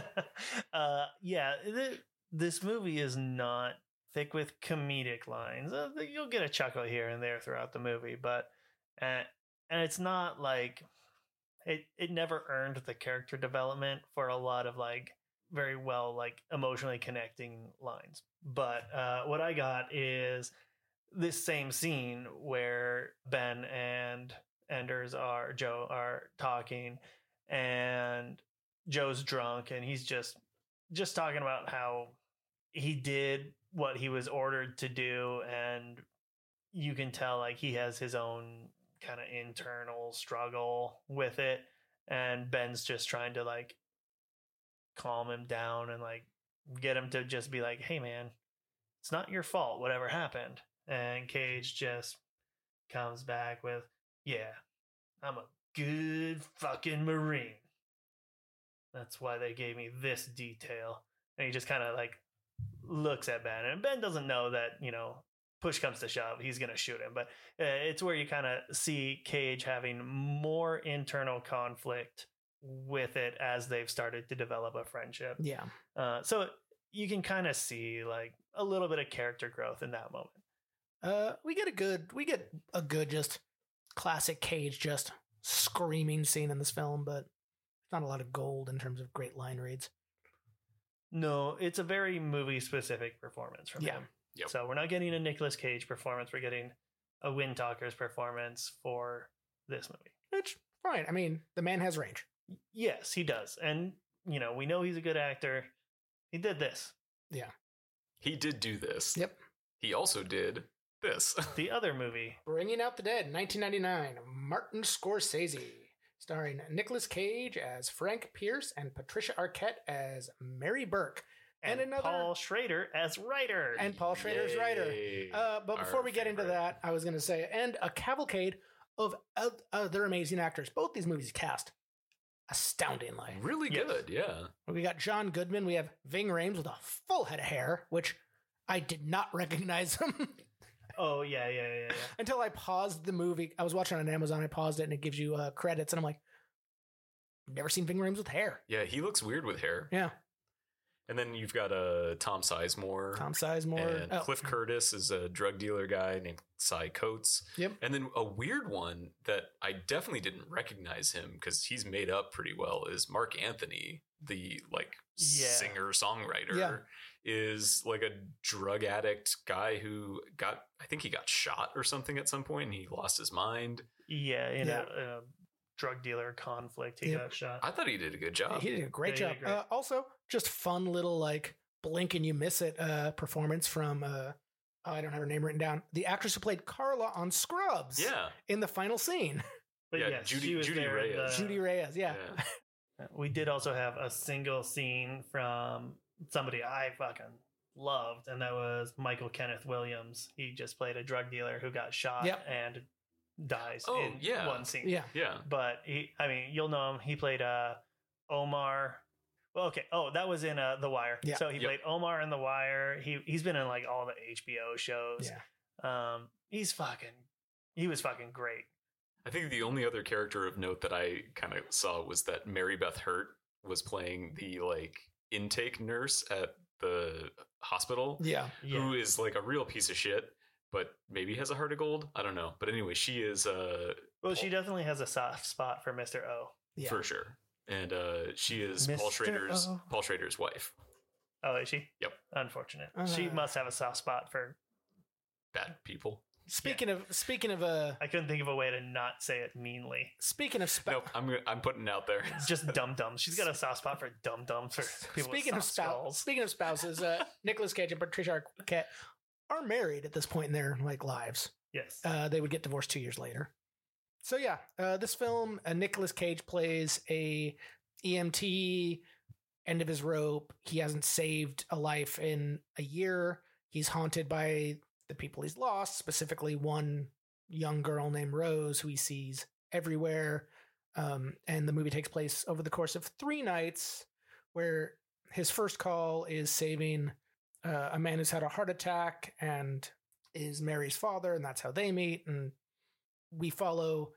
Speaker 3: uh, yeah, th- this movie is not thick with comedic lines. Uh, you'll get a chuckle here and there throughout the movie, but uh, and it's not like it. It never earned the character development for a lot of like very well like emotionally connecting lines. But uh, what I got is this same scene where Ben and Enders are Joe are talking and Joe's drunk and he's just just talking about how he did what he was ordered to do and you can tell like he has his own kind of internal struggle with it and Ben's just trying to like calm him down and like get him to just be like hey man it's not your fault whatever happened and Cage just comes back with yeah I'm a good fucking marine. That's why they gave me this detail. And he just kind of like looks at Ben, and Ben doesn't know that you know push comes to shove, he's gonna shoot him. But uh, it's where you kind of see Cage having more internal conflict with it as they've started to develop a friendship.
Speaker 2: yeah.
Speaker 3: Uh, so you can kind of see like a little bit of character growth in that moment.
Speaker 2: Uh, we get a good, we get a good, just classic Cage, just screaming scene in this film, but not a lot of gold in terms of great line reads.
Speaker 3: No, it's a very movie specific performance from
Speaker 2: Yeah.
Speaker 3: him.
Speaker 4: Yep.
Speaker 3: So we're not getting a Nicolas Cage performance. We're getting a Wind Talkers performance for this movie.
Speaker 2: Which, fine. I mean, the man has range.
Speaker 3: Yes, he does. And, you know, we know he's a good actor. He
Speaker 2: [LAUGHS]
Speaker 3: did this.
Speaker 4: he did do this.
Speaker 2: Yep.
Speaker 4: He also did this.
Speaker 3: The other movie,
Speaker 2: Bringing Out the Dead, 1999, Martin Scorsese, starring Nicolas Cage as Frank Pierce and Patricia Arquette as Mary Burke.
Speaker 3: and,
Speaker 2: And another-
Speaker 3: Paul Schrader as writer.
Speaker 2: And Paul Schrader's writer.
Speaker 4: Yay.
Speaker 2: Uh, but
Speaker 4: Our
Speaker 2: before we get into
Speaker 4: favorite.
Speaker 2: that, I was going to say, and a cavalcade of oth- other amazing actors. Both these movies cast astoundingly.
Speaker 4: really
Speaker 3: Yes.
Speaker 4: good. Yeah.
Speaker 2: We got John Goodman. We have Ving Rhames with a full head of hair, which I did not [LAUGHS] recognize him
Speaker 3: oh, yeah, yeah, yeah, yeah.
Speaker 2: until I paused the movie. I was watching it on Amazon. I paused it, and it gives you uh, credits, and I'm like, never seen Ving Rhames with hair.
Speaker 4: Yeah. He looks weird with hair.
Speaker 2: Yeah,
Speaker 4: And then you've got uh, Tom Sizemore.
Speaker 2: Tom Sizemore.
Speaker 4: and
Speaker 2: Oh,
Speaker 4: Cliff Curtis is a drug dealer guy named Cy Coates.
Speaker 2: Yep.
Speaker 4: And then a weird one that I definitely didn't recognize him because he's made up pretty well is Mark Anthony, the like
Speaker 3: Yeah.
Speaker 4: singer songwriter,
Speaker 2: Yeah.
Speaker 4: is like a drug addict guy who got I think he got shot or something at some point and he lost his mind.
Speaker 3: Yeah, in
Speaker 2: Yeah.
Speaker 3: A, a drug dealer conflict, he
Speaker 2: Yeah.
Speaker 3: got shot.
Speaker 4: I thought he did a good job.
Speaker 2: he did a great job.
Speaker 3: Yeah, he did great.
Speaker 2: Uh, also, just fun little like blink and you miss it uh, performance from. Uh, oh, I don't have her name written down. The actress who played Carla on Scrubs.
Speaker 4: yeah.
Speaker 2: In the final scene,
Speaker 3: But
Speaker 4: Yeah,
Speaker 3: yeah,
Speaker 4: Judy-
Speaker 3: she was
Speaker 4: Judy
Speaker 3: there in
Speaker 4: Reyes.
Speaker 3: the-
Speaker 2: Judy Reyes. Yeah.
Speaker 4: Yeah.
Speaker 3: We did also have a single scene from somebody I fucking loved, and that was Michael Kenneth Williams. He just played a drug dealer who got shot
Speaker 2: Yep.
Speaker 3: and dies
Speaker 4: Oh,
Speaker 3: in
Speaker 4: yeah.
Speaker 3: one scene.
Speaker 2: Yeah.
Speaker 4: Yeah.
Speaker 3: But he, I mean, you'll know him. He played uh, Omar. Well, okay. Oh, that was in uh, The Wire.
Speaker 2: Yeah.
Speaker 3: So he
Speaker 4: Yep.
Speaker 3: played Omar in The Wire. He he's been in like all the HBO shows.
Speaker 2: Yeah.
Speaker 3: Um, he's fucking. He was fucking great.
Speaker 4: I think the only other character of note that I kind of saw was that Mary Beth Hurt was playing the like intake nurse at the hospital,
Speaker 2: Yeah.
Speaker 3: Yeah.
Speaker 4: who is like a real piece of shit, but maybe has a heart of gold. I don't know. But anyway, she is uh
Speaker 3: Well, she definitely has a soft spot for Mr. O.
Speaker 2: Yeah.
Speaker 4: for sure. And uh she is Paul
Speaker 3: Mr.
Speaker 4: Schrader's
Speaker 3: O.
Speaker 4: Paul Schrader's wife.
Speaker 3: Oh, is she?
Speaker 4: Yep.
Speaker 3: Unfortunate.
Speaker 2: Uh.
Speaker 3: she must have a soft spot for
Speaker 4: Bad people.
Speaker 2: Speaking of speaking of uh
Speaker 3: I couldn't think of a way to not say it meanly.
Speaker 2: speaking of [LAUGHS] spe-
Speaker 4: Nope, I'm gonna- I'm putting it
Speaker 2: [LAUGHS]
Speaker 4: out there.
Speaker 3: It's just dum dums. She's got a soft spot for dum dums for people
Speaker 2: speaking of
Speaker 3: with soft
Speaker 2: spouse
Speaker 3: skulls.
Speaker 2: speaking of spouses, uh Nicholas Cage and Patricia Arquette are married at this point in their like lives.
Speaker 3: Yes.
Speaker 2: Uh, they would get divorced two years later. So yeah, uh, this film, uh, Nicholas Cage plays a EMT, end of his rope. He hasn't saved a life in a year. He's haunted by the people he's lost, specifically one young girl named Rose, who he sees everywhere. Um, and the movie takes place over the course of three nights, where his first call is saving uh, a man who's had a heart attack and is Mary's father, and that's how they meet. And we follow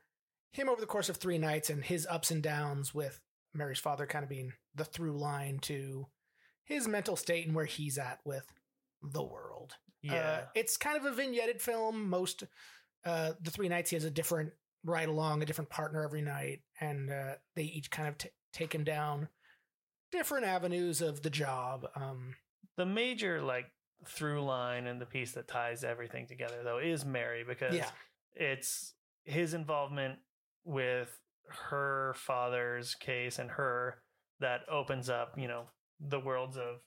Speaker 2: him over the course of three nights and his ups and downs with Mary's father kind of being the through line to his mental state and where he's at with the world. Uh,
Speaker 3: yeah.
Speaker 2: it's kind of a vignetted film. Most uh, the three nights he has a different ride along, a different partner every night, and uh, they each kind of t- take him down different avenues of the job. Um,
Speaker 3: the major like through line and the piece that ties everything together though is Mary because
Speaker 2: yeah,
Speaker 3: it's his involvement with her father's case and her that opens up, you know, the worlds of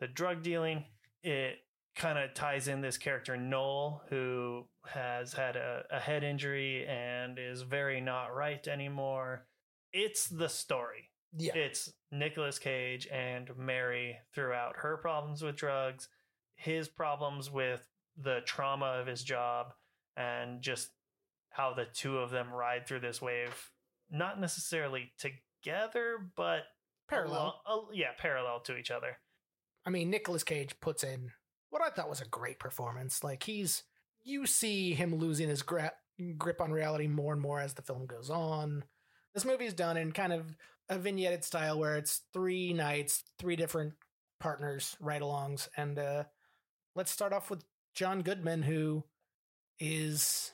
Speaker 3: the drug dealing. It kind of ties in this character Noel, who has had a, a head injury and is very not right anymore. It's the story
Speaker 2: yeah,
Speaker 3: it's Nicolas Cage and Mary throughout her problems with drugs, his problems with the trauma of his job, and just how the two of them ride through this wave, not necessarily together, but
Speaker 2: parallel.
Speaker 3: alo- al- yeah, parallel to each other.
Speaker 2: I mean, Nicolas Cage puts in what I thought was a great performance. Like he's you see him losing his grip grip on reality more and more as the film goes on. This movie is done in kind of a vignetted style where it's three nights, three different partners, ride alongs, and uh let's start off with John Goodman, who is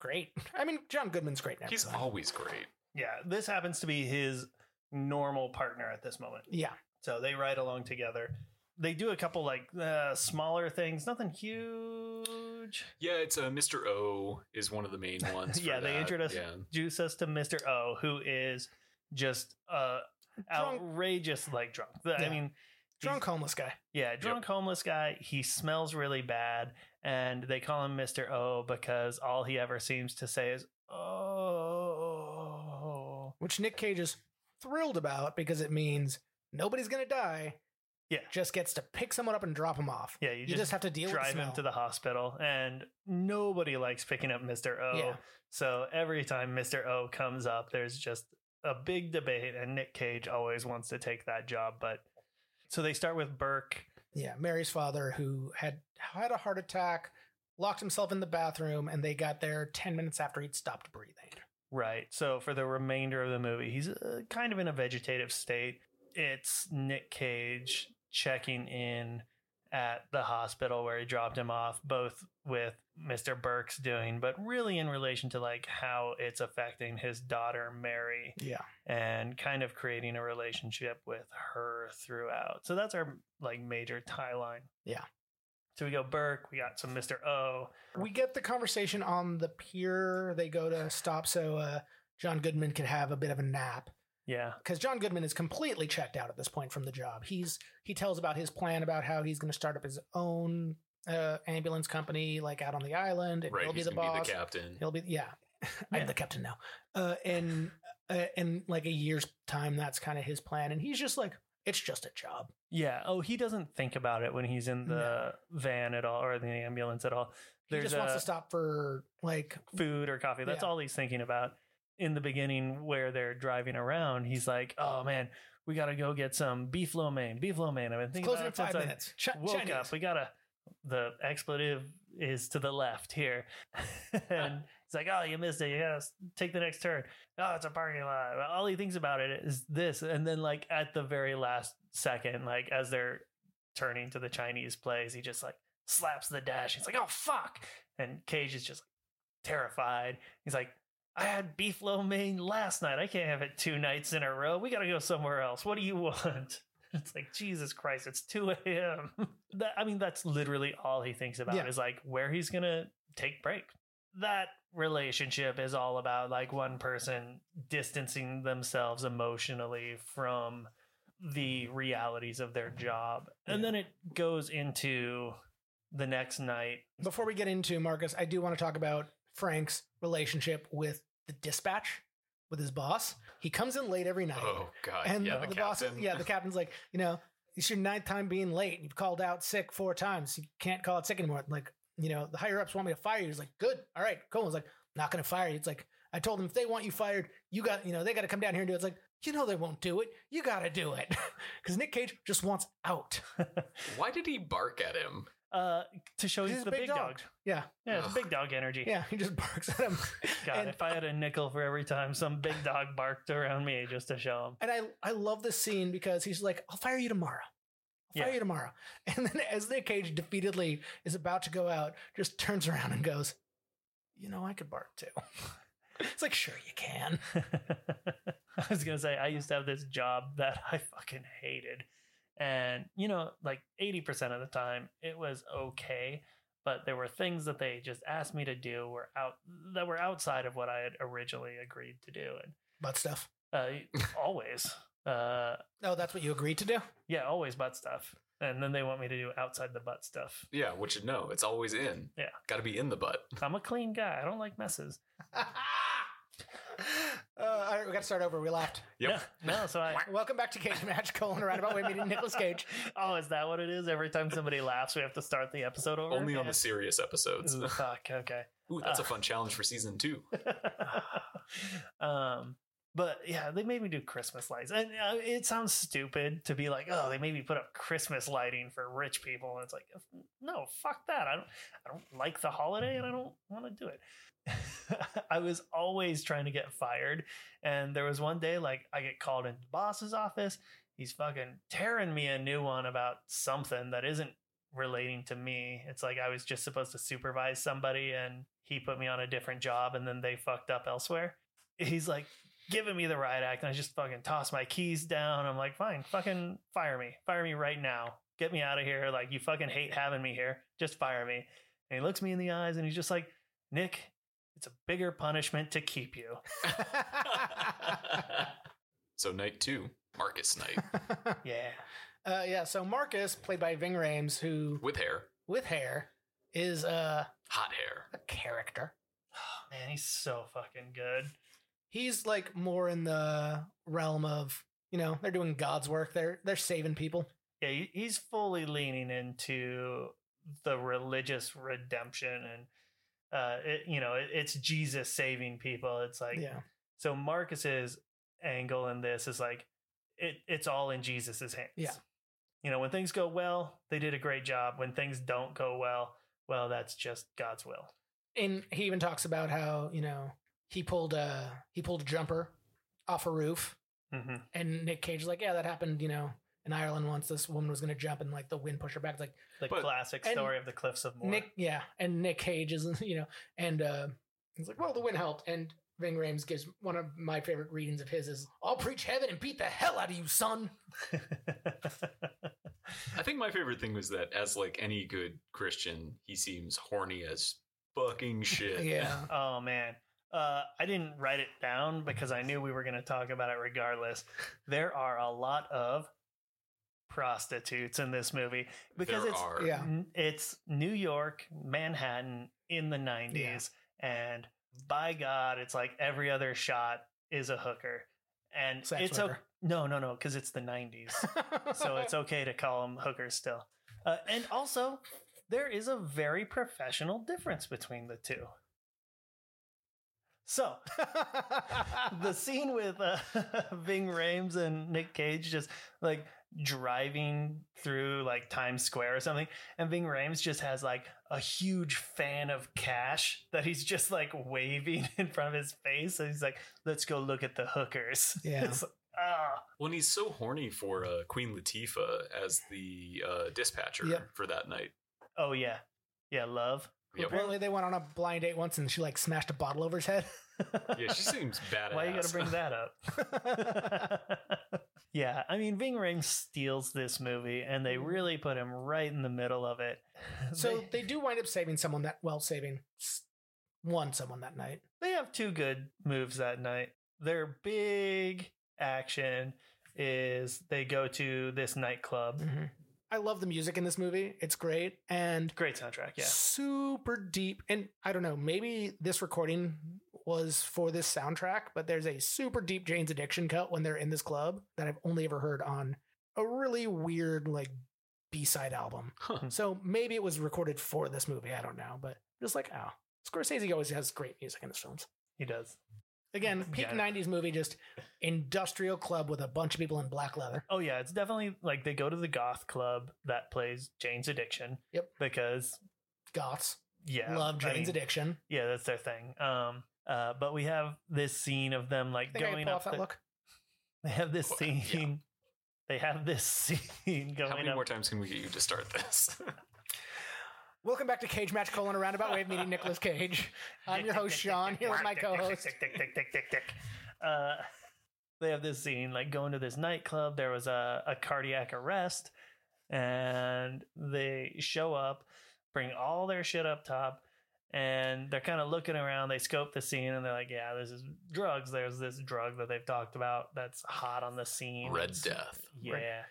Speaker 2: great. [LAUGHS] I mean, John Goodman's great now.
Speaker 4: He's always great.
Speaker 3: Yeah, this happens to be his normal partner at this moment.
Speaker 2: yeah,
Speaker 3: So they ride along together. They do a couple like uh, smaller things, nothing huge.
Speaker 4: Yeah, it's uh, Mr. O is one of
Speaker 2: [LAUGHS]
Speaker 4: the main ones. for
Speaker 3: Yeah, they
Speaker 4: that.
Speaker 3: introduced-
Speaker 4: Yeah.
Speaker 3: introduce us to Mr. O, who is just uh
Speaker 2: Drunk.
Speaker 3: outrageous like drunk. The-
Speaker 2: Yeah.
Speaker 3: I mean,
Speaker 2: drunk homeless guy.
Speaker 3: yeah, drunk homeless guy. He smells really bad, and they call him Mr. O because all he ever seems to say is "oh."
Speaker 2: which Nick Cage is thrilled about because it means nobody's going to die.
Speaker 3: Yeah.
Speaker 2: Just gets to pick someone up and drop him off.
Speaker 3: Yeah, you
Speaker 2: You,
Speaker 3: just,
Speaker 2: just, have to deal with
Speaker 3: drive
Speaker 2: the
Speaker 3: him to the hospital, and nobody likes picking up Mr. O.
Speaker 2: Yeah.
Speaker 3: So every time Mr. O comes up, there's just a big debate, and Nick Cage always wants to take that job. But so they start with Burke.
Speaker 2: Yeah, Mary's father, who had had a heart attack, locked himself in the bathroom, and they got there 10 minutes after he'd stopped breathing.
Speaker 3: Right. So for the remainder of the movie, he's uh, kind of in a vegetative state. It's Nick Cage checking in at the hospital where he dropped him off, both with Mr. Burke's doing, but really in relation to like how it's affecting his daughter Mary
Speaker 2: Yeah.
Speaker 3: and kind of creating a relationship with her throughout. So that's our like major tie line.
Speaker 2: Yeah.
Speaker 3: So we go Burke, we got some Mr. O.
Speaker 2: We get the conversation on the pier. They go to stop so uh, John Goodman can have a bit of a nap.
Speaker 3: Yeah.
Speaker 2: because John Goodman is completely checked out at this point from the job. He's he tells about his plan about how he's going to start up his own uh, ambulance company, like out on the island, and
Speaker 4: Right.
Speaker 2: he'll be
Speaker 4: He's
Speaker 2: the
Speaker 4: gonna
Speaker 2: boss.
Speaker 4: be the captain.
Speaker 2: he'll be yeah. [LAUGHS] I'm the captain now. Uh, and uh, in like a year's time, that's kind of his plan, and he's just like, it's just a job.
Speaker 3: Yeah. Oh, he doesn't think about it when he's in the van at all or the ambulance at all.
Speaker 2: He
Speaker 3: There's
Speaker 2: just wants
Speaker 3: uh,
Speaker 2: to stop for like
Speaker 3: food or coffee. That's
Speaker 2: Yeah.
Speaker 3: all he's thinking about. In the beginning, where they're driving around, he's like, "Oh man, we gotta go get some beef lo mein. Beef lo mein. I've been thinking
Speaker 2: closing
Speaker 3: about
Speaker 2: in
Speaker 3: it
Speaker 2: five
Speaker 3: since I
Speaker 2: minutes. Ch-
Speaker 3: woke
Speaker 2: Chinese.
Speaker 3: up. We gotta." The expletive is to the left here, [LAUGHS] and it's like, "Oh, you missed it. You gotta s- take the next turn." Oh, it's a parking lot. All he thinks about it is this, and then like at the very last second, like as they're turning to the Chinese place, he just like slaps the dash. He's like, "Oh fuck!" And Cage is just terrified. He's like, "I had beef lo mein last night. I can't have it two nights in a row. We gotta go somewhere else. What do you [LAUGHS] want?" It's like Jesus Christ! It's two a.m. That I mean, that's literally all he thinks about
Speaker 2: Yeah.
Speaker 3: is like where he's gonna take break. That relationship is all about like one person distancing themselves emotionally from the realities of their job. And then it goes into the next night. [LAUGHS]
Speaker 2: Before we get into Marcus, I do want to talk about Frank's relationship with the dispatch, with his boss. He comes in late every night. [LAUGHS]
Speaker 4: Oh god,
Speaker 2: and
Speaker 4: yeah, the,
Speaker 2: the, boss,
Speaker 4: captain.
Speaker 2: yeah, the captain's like, you know, it's your ninth time being late. You've called out sick four times. You can't call it sick anymore. Like, you know, the higher ups want me to fire you. He's like, good, all right, cool. He's like, not going to fire you. It's like, I told them if they want you fired, you got, you know, they got to come down here and do it. It's like, you know, they won't do it. You got to do it [LAUGHS] because Nick Cage just wants out.
Speaker 4: [LAUGHS] Why did he bark at him?
Speaker 3: Uh, to show
Speaker 2: He's
Speaker 3: he's
Speaker 2: a
Speaker 3: the
Speaker 2: big
Speaker 3: big, dog.
Speaker 2: dog. Yeah,
Speaker 3: Yeah, it's
Speaker 4: Ugh.
Speaker 3: big dog energy.
Speaker 2: yeah, he just barks at him.
Speaker 3: God,
Speaker 2: And-
Speaker 3: if I had a nickel for every time some big dog barked around me just to show him.
Speaker 2: And I I love this scene because he's like, I'll fire you tomorrow. I'll fire
Speaker 3: Yeah.
Speaker 2: you tomorrow. [LAUGHS] And then as Nick Cage defeatedly is about to go out, just turns around and goes, You know, I could bark too. [LAUGHS] it's like, sure you can.
Speaker 3: [LAUGHS] I was gonna say I used to have this job that [LAUGHS] I fucking hated, and you know, like eighty percent of the time it was okay, but there were things that they just asked me to do were out that were outside of what I had originally agreed to do,
Speaker 2: Butt stuff.
Speaker 3: and
Speaker 4: [LAUGHS]
Speaker 3: uh, always, uh,
Speaker 2: Oh, that's what you agreed to do? [LAUGHS]
Speaker 3: yeah, always butt stuff, and then they want me to do outside the butt stuff.
Speaker 4: Yeah, which no, it's always in.
Speaker 3: Yeah.
Speaker 4: got to be in the butt. [LAUGHS]
Speaker 3: I'm a clean guy. I don't like messes.
Speaker 2: uh, all right, we got to start over. We laughed.
Speaker 4: Yep.
Speaker 3: [LAUGHS] No, no so I,
Speaker 2: Welcome back to
Speaker 3: [LAUGHS]
Speaker 2: Cage Match, Colin, around about way meeting
Speaker 4: [LAUGHS]
Speaker 2: Nicolas Cage. [LAUGHS]
Speaker 3: oh, is that what it is? Every time somebody laughs, we have to start the episode over.
Speaker 4: Only on
Speaker 3: Yeah.
Speaker 4: the serious episodes.
Speaker 3: Ooh, Fuck. Okay. [SIGHS]
Speaker 4: Ooh, that's
Speaker 3: Uh.
Speaker 4: a fun challenge for season two.
Speaker 3: um, but yeah, they made me do Christmas lights, and uh, it sounds stupid to be like, oh, they made me put up Christmas lighting for rich people, and it's like, no, fuck that. I don't, I don't like the holiday, and I don't want to do it. [LAUGHS] I was always trying to get fired, and there was one day like I get called into the boss's office. He's fucking tearing me a new one about something that isn't relating to me. It's like I was just supposed to supervise somebody and he put me on a different job and then they fucked up elsewhere. He's like giving me the riot act and I just fucking toss my keys down. I'm like, fine, fucking fire me. Fire me right now. Get me out of here. Like, you fucking hate having me here. Just fire me. And he looks me in the eyes and he's just like, Nick, it's a bigger punishment to keep you.
Speaker 4: so night two, Marcus
Speaker 2: [LAUGHS]
Speaker 4: night
Speaker 3: [LAUGHS] Yeah.
Speaker 2: Uh, yeah, so Marcus, played by Ving Rhames, who,
Speaker 4: with hair,
Speaker 2: with hair, is uh,
Speaker 4: hot hair.
Speaker 2: a character.
Speaker 3: Man, he's so fucking good.
Speaker 2: he's like more in the realm of you know they're doing god's work they're they're saving people
Speaker 3: yeah he- he's fully leaning into the religious redemption and uh it, you know it, it's jesus saving people it's like
Speaker 2: yeah
Speaker 3: so marcus's angle in this is like it it's all in jesus's hands
Speaker 2: Yeah.
Speaker 3: you know when things go well they did a great job when things don't go well well that's just god's will
Speaker 2: and he even talks about how you know he pulled a he pulled a jumper off a roof
Speaker 3: hmm
Speaker 2: and nick cage was like yeah that happened you know in ireland once this woman was going to jump and like the wind pushed her back It's like
Speaker 3: the
Speaker 4: But-
Speaker 3: classic
Speaker 2: and
Speaker 3: story of the cliffs of Moher.
Speaker 2: nick yeah and nick cage is [LAUGHS] you know and uh he's like well the wind helped and Ving Rhames gives one of my favorite readings of his is I'll preach heaven and beat the hell out of you, son.
Speaker 3: [LAUGHS]
Speaker 4: I think my favorite thing was that, as like any good Christian, he seems horny as
Speaker 2: [LAUGHS]
Speaker 4: fucking shit.
Speaker 2: Yeah.
Speaker 3: Oh man. Uh, I didn't write it down because I knew we were going to talk about it regardless. There are a lot of prostitutes in this movie because
Speaker 4: there
Speaker 3: it's
Speaker 4: are.
Speaker 2: yeah.
Speaker 3: n- it's New York, Manhattan in the 90s and by god it's like every other shot is a hooker. And
Speaker 2: Sex
Speaker 3: it's
Speaker 2: worker.
Speaker 3: o- no no no cuz it's the 90s. [LAUGHS] so it's okay to call them hookers still. Uh, and also there is a very professional difference between the two. So,
Speaker 2: [LAUGHS]
Speaker 3: the [LAUGHS] scene with uh, Ving Rhames and Nick Cage just like driving through like Times Square or something, and Ving Rhames just has like a huge fan of cash that he's just like waving [LAUGHS] in front of his face, and he's like, "Let's go look at the hookers."
Speaker 2: Yeah.
Speaker 3: [LAUGHS] It's like, ah,
Speaker 4: When he's so horny for uh, Queen Latifah as the uh, dispatcher
Speaker 2: Yep.
Speaker 4: for that night.
Speaker 3: oh yeah, yeah, love.
Speaker 4: Yep.
Speaker 2: Apparently, they went on a blind date once, and she like smashed a bottle over his head.
Speaker 3: [LAUGHS]
Speaker 2: [LAUGHS]
Speaker 4: Yeah, she seems badass.
Speaker 3: Why you gotta bring that up? [LAUGHS] Yeah, I mean, Ving Rhames steals this movie, and they really put him right in the middle
Speaker 2: [SIGHS]
Speaker 3: of it.
Speaker 2: So
Speaker 3: they,
Speaker 2: Mm-hmm. they do wind up saving someone that well, saving s- one someone that night.
Speaker 3: they have two good moves that night. Their big action is they go to this nightclub.
Speaker 2: Mm-hmm. I love the music in this movie. It's great and
Speaker 3: Great soundtrack, yeah.
Speaker 2: super deep. And I don't know, maybe this recording was for this soundtrack, but there's a super deep Jane's Addiction cut when they're in this club that I've only ever heard on a really weird like B-side album.
Speaker 4: Huh.
Speaker 2: So maybe it was recorded for this movie. I don't know, but just like oh, Scorsese always has great music in his films.
Speaker 3: He does. [LAUGHS]
Speaker 2: Again, peak
Speaker 3: Yeah.
Speaker 2: '90s movie, just industrial club with a bunch of people in black leather.
Speaker 3: Oh yeah, it's definitely like they go to the goth club that plays Jane's Addiction.
Speaker 2: Yep.
Speaker 3: Because
Speaker 2: Goths
Speaker 3: yeah,
Speaker 2: love
Speaker 3: I
Speaker 2: Jane's
Speaker 3: mean,
Speaker 2: Addiction.
Speaker 3: Yeah, that's their thing. Um, uh, but we have this scene of them like
Speaker 2: Think I can
Speaker 3: going
Speaker 2: pull
Speaker 3: up.
Speaker 2: off that
Speaker 3: the-
Speaker 2: look?
Speaker 3: [LAUGHS] They have this
Speaker 4: Well, yeah.
Speaker 3: scene. [LAUGHS] They have this [LAUGHS] scene going
Speaker 4: How many
Speaker 3: up.
Speaker 4: more times can we get you to start this?
Speaker 2: Welcome back to Cage Match Colon, a roundabout way of meeting Nicolas Cage. I'm your host, Sean. Here's my co-host.
Speaker 3: Tick, tick, tick, tick, tick, tick. Uh, [LAUGHS] they have this scene like going to this nightclub. There was a, a cardiac arrest, and they show up, bring all their shit up top, and they're kind of looking around. They scope the scene, and they're like, "Yeah, this is drugs. There's this drug that they've talked about that's hot on the scene.
Speaker 4: Red
Speaker 3: It's-
Speaker 4: Death.
Speaker 3: Yeah."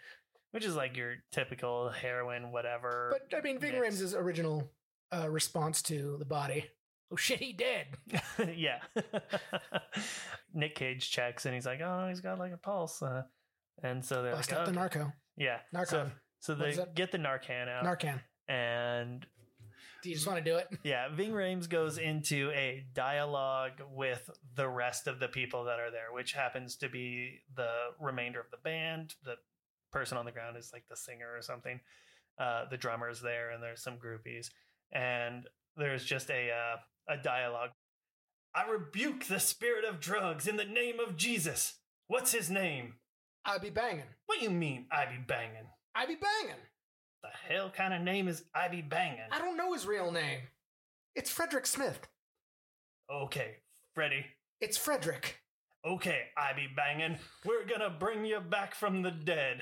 Speaker 3: Which is like your typical heroin, whatever.
Speaker 2: But I mean, Ving
Speaker 3: mix.
Speaker 2: Rhames' original uh, response to the body. Oh shit, he dead.
Speaker 3: [LAUGHS] yeah. Nick Cage checks and he's like, oh, he's got like a pulse. Uh, and so they're
Speaker 2: Bust
Speaker 3: like,
Speaker 2: out Oh, the
Speaker 3: "Okay."
Speaker 2: narco.
Speaker 3: yeah.
Speaker 2: Narcan.
Speaker 3: So, so
Speaker 2: What
Speaker 3: they
Speaker 2: is that?
Speaker 3: get the Narcan out.
Speaker 2: Narcan.
Speaker 3: and
Speaker 2: Do you just want to do it?
Speaker 3: yeah, Ving Rhames goes into a dialogue with the rest of the people that are there, which happens to be the remainder of the band. The person on the ground is like the singer or something. Uh, the drummer's there, and there's some groupies, and there's just a uh, a dialogue. I rebuke the spirit of drugs in the name of Jesus. What's his name?
Speaker 2: I'd be banging.
Speaker 3: What do you mean? I be banging.
Speaker 2: I'd be banging.
Speaker 3: The hell kind of name is I be banging?
Speaker 2: I don't know his real name. It's Frederick Smith.
Speaker 3: Okay, Freddie.
Speaker 2: It's
Speaker 3: [LAUGHS]
Speaker 2: Frederick.
Speaker 3: Okay, I be banging. We're gonna bring you back from the dead.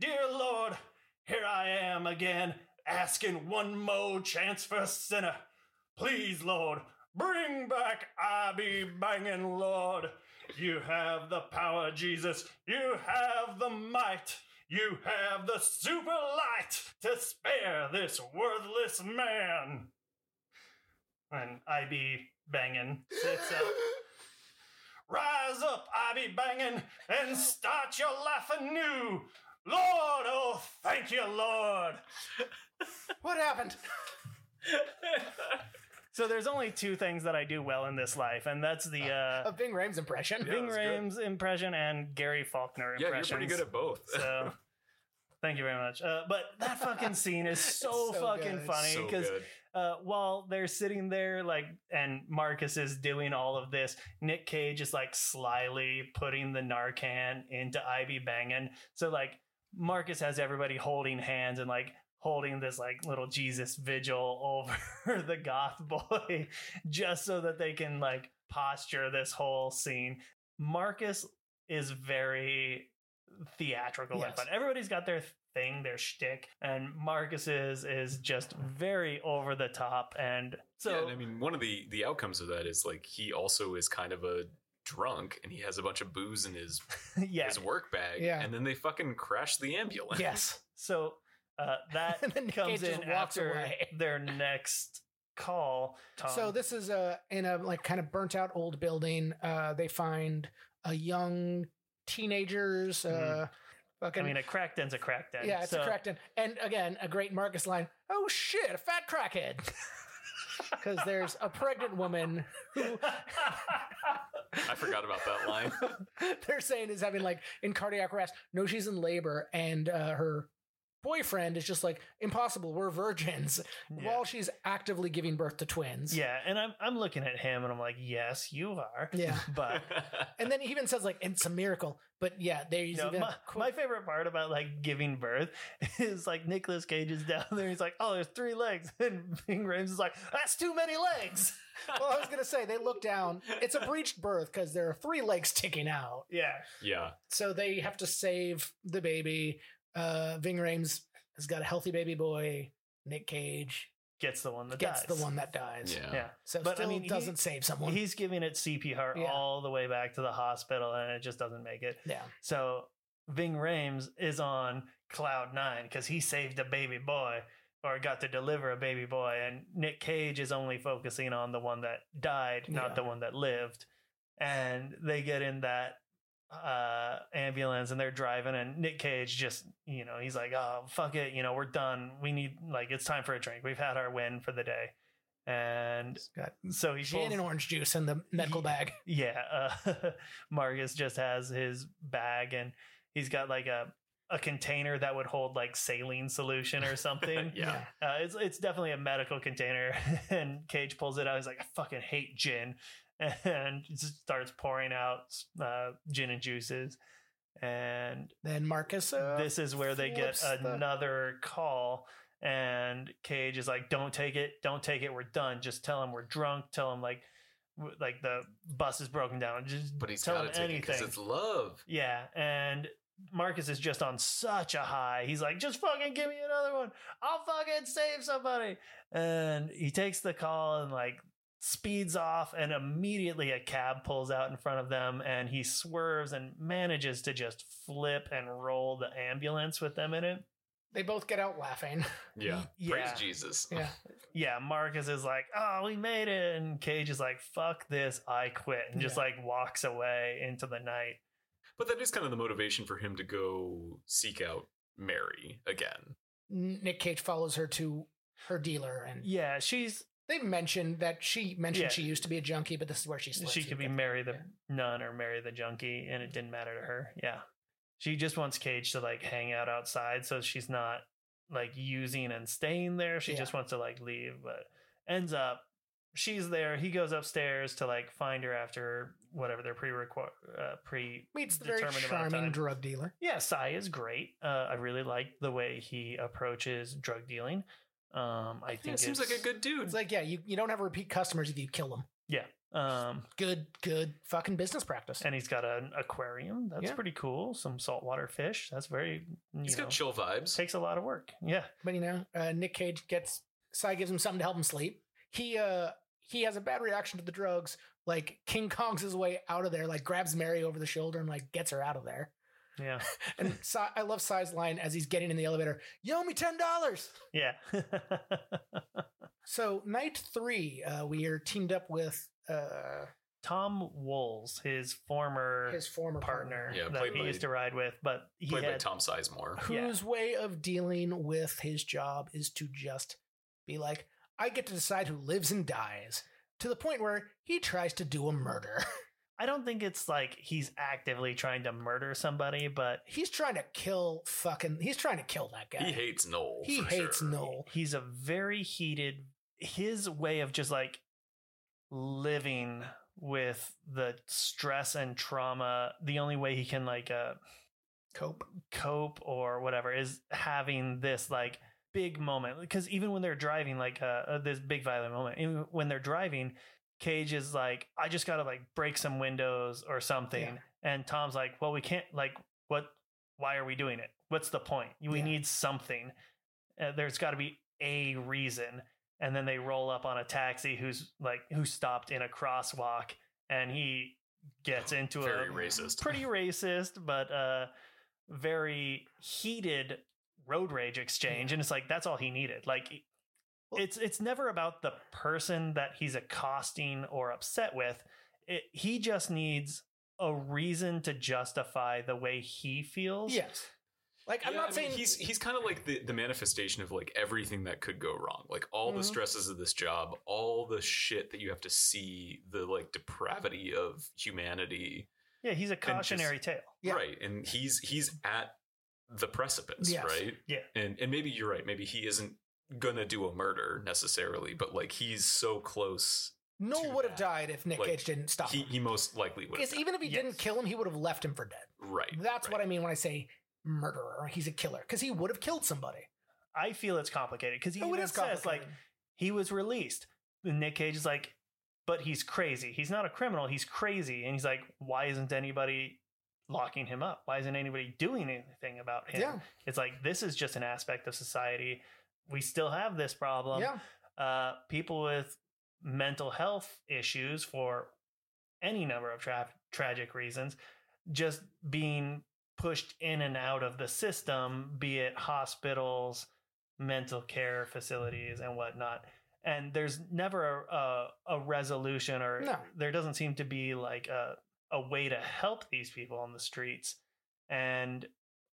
Speaker 3: Dear Lord, here I am again, asking one more chance for a sinner. Please, Lord, bring back I be banging, Lord. You have the power, Jesus. You have the might. You have the super light to spare this worthless man. And I be banging sits up. Rise up, I be banging, and start your life anew. Lord, oh, thank you,
Speaker 4: [LAUGHS]
Speaker 3: Lord.
Speaker 2: What happened?
Speaker 3: So there's only two things that I do well in this life, and that's
Speaker 4: [LAUGHS]
Speaker 3: the uh,
Speaker 2: A Ving Rhames impression.
Speaker 4: Yeah,
Speaker 3: Ving
Speaker 4: that's good.
Speaker 3: Rhames impression and Gary Faulkner
Speaker 4: yeah,
Speaker 3: impression.
Speaker 4: you're pretty good at both.
Speaker 3: [LAUGHS]
Speaker 4: [LAUGHS]
Speaker 3: so. Thank you very much. Uh, but that fucking scene
Speaker 4: [LAUGHS]
Speaker 3: is so,
Speaker 2: so
Speaker 3: fucking
Speaker 2: good.
Speaker 3: funny
Speaker 4: so
Speaker 3: because
Speaker 4: good.
Speaker 3: uh, while they're sitting there, like, and Marcus is doing all of this, Nick Cage is like slyly putting the Narcan into Ivy Bangin. So, like, Marcus has everybody holding hands and like holding this like little Jesus vigil [LAUGHS] over the goth boy just so that they can like posture this whole scene. Marcus is very theatrical and
Speaker 2: Yes.
Speaker 3: fun. Everybody's got their thing, their shtick, and Marcus's is just very over the top. And so,
Speaker 4: yeah, and I mean, one of the the outcomes of that is like he also is kind of a drunk, and he has a bunch of booze in his
Speaker 3: [LAUGHS] yeah,
Speaker 4: his work bag,
Speaker 2: Yeah.
Speaker 4: and then they fucking crash the ambulance.
Speaker 2: Yes.
Speaker 3: So uh, that
Speaker 2: And then [LAUGHS] Nick
Speaker 3: comes
Speaker 2: Cage
Speaker 3: in
Speaker 2: just walks
Speaker 3: after
Speaker 2: away.
Speaker 3: [LAUGHS] their next call. Tom,
Speaker 2: So this is uh, in a like kind of burnt out old building. Uh, they find a young teenagers. Uh,
Speaker 3: Mm-hmm. I
Speaker 2: fucking
Speaker 3: mean, a crack den's a crack den.
Speaker 2: yeah, it's
Speaker 3: so,
Speaker 2: a
Speaker 3: [LAUGHS]
Speaker 2: cracked in. And again, a great Marcus line. Oh shit, a fat
Speaker 3: [LAUGHS]
Speaker 2: crackhead. Because there's a pregnant woman [LAUGHS] who
Speaker 4: I forgot about
Speaker 2: [LAUGHS]
Speaker 4: that line.
Speaker 2: they're saying is having like in cardiac arrest. No, she's in labor, and uh, her boyfriend is just like impossible. We're virgins
Speaker 3: Yeah.
Speaker 2: while she's actively giving birth to twins.
Speaker 3: yeah, and I'm I'm looking at him and I'm like, yes, you are.
Speaker 2: yeah.
Speaker 3: [LAUGHS]
Speaker 4: [LAUGHS]
Speaker 3: But
Speaker 2: And then he even says like it's a miracle. But yeah, there's
Speaker 3: No,
Speaker 2: even [LAUGHS]
Speaker 3: my,
Speaker 2: a quote-
Speaker 3: my favorite part about like giving birth [LAUGHS] is like Nicolas Cage is down there. He's like, "Oh, there's three legs," [LAUGHS] and Bing Rames is like, "That's too many legs." [LAUGHS]
Speaker 2: well, I was gonna say they look down. It's a breached birth because there are three legs sticking out,
Speaker 3: Yeah,
Speaker 4: yeah.
Speaker 2: so they have to save the baby. Uh, Ving Rhames has got a healthy baby boy. Nick Cage
Speaker 3: gets the one that
Speaker 2: gets
Speaker 3: dies.
Speaker 2: the one that dies.
Speaker 4: Yeah.
Speaker 3: Yeah,
Speaker 2: So
Speaker 3: But, I
Speaker 2: still
Speaker 3: mean, he-
Speaker 2: doesn't save someone.
Speaker 3: he's giving it CPR
Speaker 2: Yeah.
Speaker 3: all the way back to the hospital, and it just doesn't make it.
Speaker 2: yeah.
Speaker 3: So Ving Rames is on cloud nine because he saved a baby boy or got to deliver a baby boy, and Nick Cage is only focusing on the one that died, not
Speaker 2: Yeah.
Speaker 3: the one that lived. And they get in that uh ambulance and they're driving and Nick Cage just you know he's like oh fuck it you know we're done we need like it's time for a drink we've had our win for the day and
Speaker 2: got
Speaker 3: so he
Speaker 2: Gin
Speaker 3: pulls-
Speaker 2: and orange juice in the medical bag.
Speaker 3: yeah, uh, [LAUGHS] Marcus just has his bag and he's got like a a container that would hold like saline solution or something.
Speaker 4: Yeah.
Speaker 3: uh, it's it's definitely a medical container. [LAUGHS] And Cage pulls it out. He's like, I fucking hate gin, [LAUGHS] and just starts pouring out uh, gin and juices. And
Speaker 2: Then Marcus. Uh,
Speaker 3: this is where they get
Speaker 2: flips the-
Speaker 3: another call and cage is like don't take it don't take it we're done just tell him we're drunk tell him like w- like the bus is broken down just
Speaker 4: But he's
Speaker 3: tell
Speaker 4: got
Speaker 3: him
Speaker 4: to take it because
Speaker 3: anything
Speaker 4: it's love.
Speaker 3: yeah and marcus is just on such a high he's like just fucking give me another one i'll fucking save somebody and he takes the call and like speeds off and immediately a cab pulls out in front of them and he swerves and manages to just flip and roll the ambulance with them in it
Speaker 2: they both get out laughing.
Speaker 4: Yeah.
Speaker 3: Yeah.
Speaker 4: Praise Jesus.
Speaker 2: Yeah.
Speaker 3: yeah marcus is like oh we made it and cage is like fuck this i quit and just
Speaker 2: Yeah.
Speaker 3: like walks away into the night
Speaker 4: [LAUGHS] But that is kind of the motivation for him to go seek out Mary again.
Speaker 2: N- Nick Cage follows her to her dealer, and
Speaker 3: yeah she's
Speaker 2: they mentioned that she mentioned
Speaker 3: Yeah.
Speaker 2: she used to be a junkie, but this is where she slips.
Speaker 3: she
Speaker 2: and
Speaker 3: could be
Speaker 2: gets-
Speaker 3: Mary the
Speaker 2: yeah.
Speaker 3: nun or Mary the junkie, and it didn't matter to her. Yeah, she just wants Cage to like hang out outside, so she's not like using and staying there. She
Speaker 2: Yeah.
Speaker 3: just wants to like leave, but ends up she's there. He goes upstairs to like find her after whatever their pre uh, pre
Speaker 2: meets the very
Speaker 3: determined amount of
Speaker 2: charming
Speaker 3: time.
Speaker 2: drug dealer.
Speaker 3: yeah, Sai is great. Uh, I really like the way he approaches drug dealing. Um, I
Speaker 4: Yeah,
Speaker 3: think
Speaker 4: it seems like
Speaker 3: it's-
Speaker 4: a good dude.
Speaker 2: It's like, yeah, you, you don't have repeat customers if you kill them.
Speaker 3: um
Speaker 2: Good, good fucking business practice.
Speaker 3: and he's got an aquarium. That's
Speaker 2: Yeah.
Speaker 3: pretty cool. Some saltwater fish. That's very you
Speaker 4: He's
Speaker 3: know,
Speaker 4: got chill vibes.
Speaker 3: takes a lot of work. Yeah,
Speaker 2: But you know, uh, Nick Cage gets Sai gives him something to help him sleep. He uh he has a bad reaction to the drugs. Like King Kong's his way out of there. Like grabs Mary over the shoulder and like gets her out of there.
Speaker 3: yeah,
Speaker 2: And Sai, I love Sai's line as he's getting in the elevator. You owe me ten dollars.
Speaker 3: yeah, [LAUGHS]
Speaker 2: So night three, uh, we are teamed up with uh,
Speaker 3: Tom Wolves, his former
Speaker 2: his former
Speaker 3: partner
Speaker 4: Yeah,
Speaker 3: that
Speaker 4: played
Speaker 3: he
Speaker 4: by-
Speaker 3: used to ride with, but he
Speaker 4: Played by
Speaker 3: had
Speaker 4: Tom Sizemore.
Speaker 2: [LAUGHS]
Speaker 3: Yeah.
Speaker 2: whose way of dealing with his job is to just be like, I get to decide who lives and dies, to the point where he tries to do a murder. [LAUGHS]
Speaker 3: I don't think it's like he's actively trying to murder somebody, but
Speaker 2: he's trying to kill fucking, he's trying to kill that guy.
Speaker 4: He hates Noel.
Speaker 2: He
Speaker 4: for
Speaker 2: hates
Speaker 4: sure.
Speaker 2: Noel.
Speaker 3: he's a very heated. His way of just like living with the stress and trauma. The only way he can like uh,
Speaker 2: Cope.
Speaker 3: cope or whatever is having this like big moment because even when they're driving like uh, uh, this big violent moment even when they're driving cage is like i just gotta like break some windows or something
Speaker 2: Yeah.
Speaker 3: and tom's like well we can't like what why are we doing it what's the point we
Speaker 2: Yeah.
Speaker 3: need something uh, there's got to be a reason and then they roll up on a taxi who's like who stopped in a crosswalk and he
Speaker 2: [SIGHS]
Speaker 3: gets into
Speaker 4: Very
Speaker 3: a
Speaker 4: racist.
Speaker 3: pretty racist, but uh, very heated road rage exchange, and it's like that's all he needed. Like, it's it's never about the person that he's accosting or upset with. It, he just needs a reason to justify the way he feels.
Speaker 2: Yes. Like, I'm
Speaker 4: Yeah,
Speaker 2: not
Speaker 4: I mean,
Speaker 2: saying
Speaker 4: he's he's kind of like the, the manifestation of like everything that could go wrong, like all the
Speaker 2: Mhm.
Speaker 4: stresses of this job, all the shit that you have to see, the like depravity of humanity,
Speaker 3: yeah. He's a
Speaker 4: just-
Speaker 3: cautionary tale.
Speaker 2: Yeah.
Speaker 4: right? And he's he's at the precipice,
Speaker 2: Yes.
Speaker 4: right?
Speaker 3: Yeah.
Speaker 4: And and maybe you're right. Maybe he isn't gonna do a murder necessarily, but like he's so close.
Speaker 2: Noel
Speaker 4: Too
Speaker 2: would have
Speaker 4: bad.
Speaker 2: died if Nick
Speaker 4: Like,
Speaker 2: Cage didn't stop
Speaker 4: He
Speaker 2: him.
Speaker 4: he most likely would. have
Speaker 2: Because even if he
Speaker 3: Yes.
Speaker 2: didn't kill him, he would have left him for dead.
Speaker 4: died. right.
Speaker 2: That's
Speaker 4: right.
Speaker 2: what I mean when I say murderer. He's a killer because he would have killed somebody.
Speaker 3: I feel it's complicated because he
Speaker 2: Oh, it
Speaker 3: even
Speaker 2: is
Speaker 3: says like
Speaker 2: complicated.
Speaker 3: he was released. And Nick Cage is like, but he's crazy. He's not a criminal. He's crazy. And he's like, why isn't anybody locking him up? Why isn't anybody doing anything about him?
Speaker 2: yeah,
Speaker 3: It's like this is just an aspect of society. We still have this problem.
Speaker 2: yeah.
Speaker 3: Uh, people with mental health issues for any number of tra- tragic reasons just being pushed in and out of the system, be it hospitals, mental care facilities, and whatnot. And there's never a, a, a resolution, or
Speaker 2: No.
Speaker 3: there doesn't seem to be like a, a way to help these people on the streets. And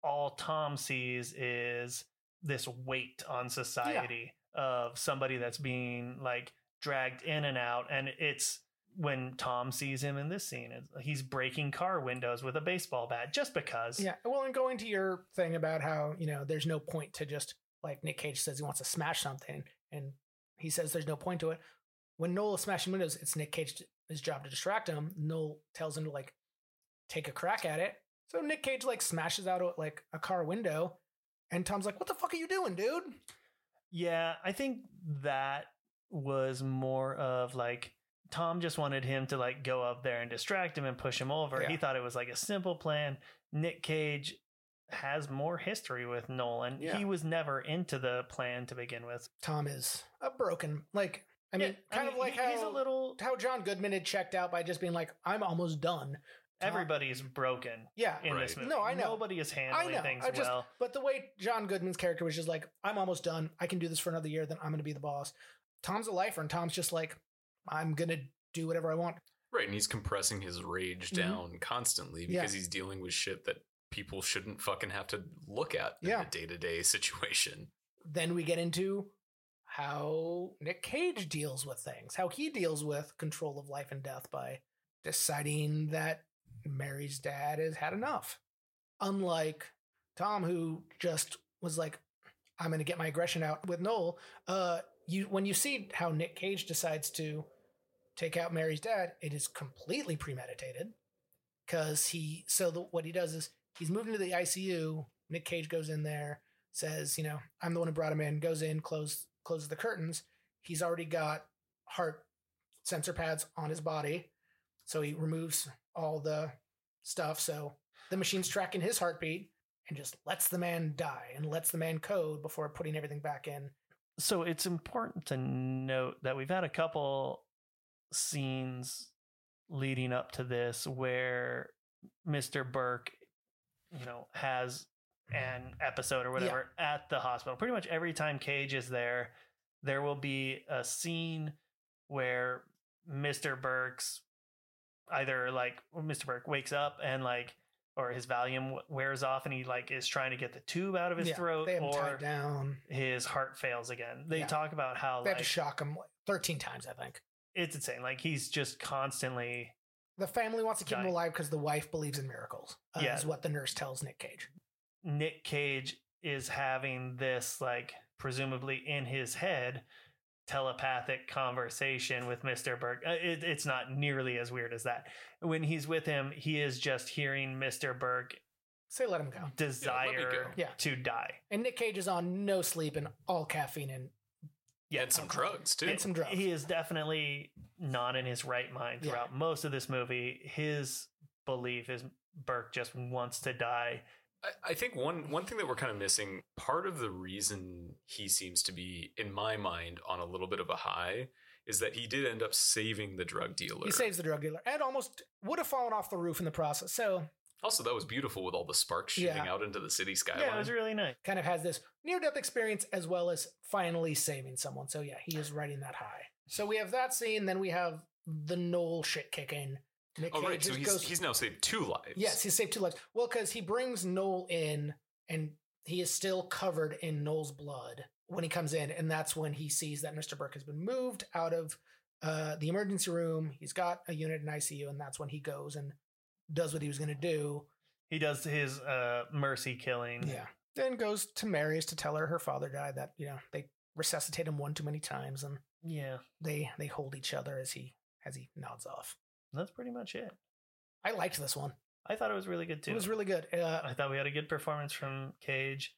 Speaker 3: all Tom sees is this weight on society of somebody that's being like dragged in and out. And it's when Tom sees him in this scene, it's- he's breaking car windows with a baseball bat just because.
Speaker 2: Yeah. Well, and going to your thing about how, you know, there's no point to just like Nick Cage says he wants to smash something and he says there's no point to it. When Noel is smashing windows, it's Nick Cage's job to distract him. Noel tells him to like take a crack at it. So Nick Cage like smashes out a- like a car window and Tom's like, What the fuck are you doing, dude?
Speaker 3: Yeah, I think that was more of like Tom just wanted him to like go up there and distract him and push him over. He
Speaker 2: Yeah.
Speaker 3: thought it was like a simple plan. Nick Cage has more history with Nolan.
Speaker 1: Yeah.
Speaker 3: He was never into the plan to begin with.
Speaker 2: Tom is a broken like I mean,
Speaker 3: Yeah,
Speaker 2: kind of like
Speaker 3: he-
Speaker 2: how
Speaker 3: he's a little
Speaker 2: how John Goodman had checked out by just being like, I'm almost done. Tom-
Speaker 3: everybody's broken
Speaker 2: Yeah.
Speaker 3: in this
Speaker 4: Right.
Speaker 3: movie.
Speaker 2: No, I know.
Speaker 3: Nobody is handling
Speaker 2: know.
Speaker 3: things
Speaker 2: I just-
Speaker 3: well.
Speaker 2: But the way John Goodman's character was just like, I'm almost done. I can do this for another year, then I'm going to be the boss. Tom's a lifer, and Tom's just like, I'm going to do whatever I want.
Speaker 4: Right, and he's compressing his rage
Speaker 2: Mhm.
Speaker 4: down constantly
Speaker 2: Yeah.
Speaker 4: because he's dealing with shit that people shouldn't fucking have to look at in
Speaker 2: Yeah.
Speaker 4: a day to day [LAUGHS] situation.
Speaker 2: Then we get into how Nick Cage deals with things, how he deals with control of life and death by deciding that Mary's dad has had enough. Unlike Tom, who just was like, I'm going to get my aggression out with Noel. Uh, you when you see how Nick Cage decides to take out Mary's dad, it is completely premeditated because he. So the, what he does is he's moved into the ICU. Nick Cage goes in there, says, "You know, I'm the one who brought him in." Goes in, close closes the curtains. He's already got heart sensor pads on his body, so he removes all the stuff. So the machine's tracking his heartbeat and just lets the man die and lets the man code before putting everything back in.
Speaker 3: so it's important to note that we've had a couple scenes leading up to this where Mr. Burke, you know, has an episode or whatever at the hospital. Pretty much every time Cage is there, there will be a scene where Mr. Burke's either like Mr. Burke wakes up and like or his Valium wears off and he like is trying to get the tube out of his
Speaker 2: Yeah,
Speaker 3: throat
Speaker 2: They have him
Speaker 3: or
Speaker 2: tied down.
Speaker 3: his heart fails again. They
Speaker 2: Yeah.
Speaker 3: talk about how
Speaker 2: They had
Speaker 3: like
Speaker 2: to shock him like, 13 times, I think.
Speaker 3: it's insane. Like he's just constantly
Speaker 2: The family wants to keep him
Speaker 3: Dying.
Speaker 2: alive because the wife believes in miracles, uh,
Speaker 3: Yeah.
Speaker 2: is what the nurse tells Nick Cage.
Speaker 3: Nick Cage is having this like presumably in his head telepathic conversation with Mr. Burke. Uh, It, it's not nearly as weird as that. When he's with him, he is just hearing Mr. Burke
Speaker 2: Say, let him go.
Speaker 3: desire
Speaker 4: go.
Speaker 2: Yeah.
Speaker 3: to die.
Speaker 2: And Nick Cage is on no sleep and all caffeine and
Speaker 4: Yeah, and some drugs too.
Speaker 2: And some drugs.
Speaker 3: He is definitely not in his right mind
Speaker 2: Yeah.
Speaker 3: throughout most of this movie. His belief is Burke just wants to die.
Speaker 4: I, I think one one thing that we're kind of missing, part of the reason he seems to be, in my mind, on a little bit of a high, is that he did end up saving the drug dealer.
Speaker 2: he saves the drug dealer and almost would have fallen off the roof in the process. So,
Speaker 4: also, that was beautiful with all the sparks shooting
Speaker 2: Yeah.
Speaker 4: out into the city skyline.
Speaker 3: Yeah, it was really nice.
Speaker 2: kind of has this near death experience as well as finally saving someone. So, yeah, he is riding that high. So, we have that scene. Then we have the Noel shit kicking. Nick
Speaker 4: oh
Speaker 2: Cage
Speaker 4: right, so
Speaker 2: just
Speaker 4: he's
Speaker 2: goes
Speaker 4: he's now saved two lives.
Speaker 2: Yes, he saved two lives. Well, because he brings Noel in, and he is still covered in Noel's blood when he comes in, and that's when he sees that Mr. Burke has been moved out of uh, the emergency room. He's got a unit in ICU, and that's when he goes and does what he was going to do.
Speaker 3: He does his uh, mercy killing.
Speaker 2: Yeah. Then goes to Mary's to tell her her father died. That you know they resuscitate him one too many times, and
Speaker 3: Yeah.
Speaker 2: they they hold each other as he as he nods off.
Speaker 3: That's pretty much it.
Speaker 2: I liked this one.
Speaker 3: I thought it was really good too.
Speaker 2: It was really good. Uh,
Speaker 3: I thought we had a good performance from Cage.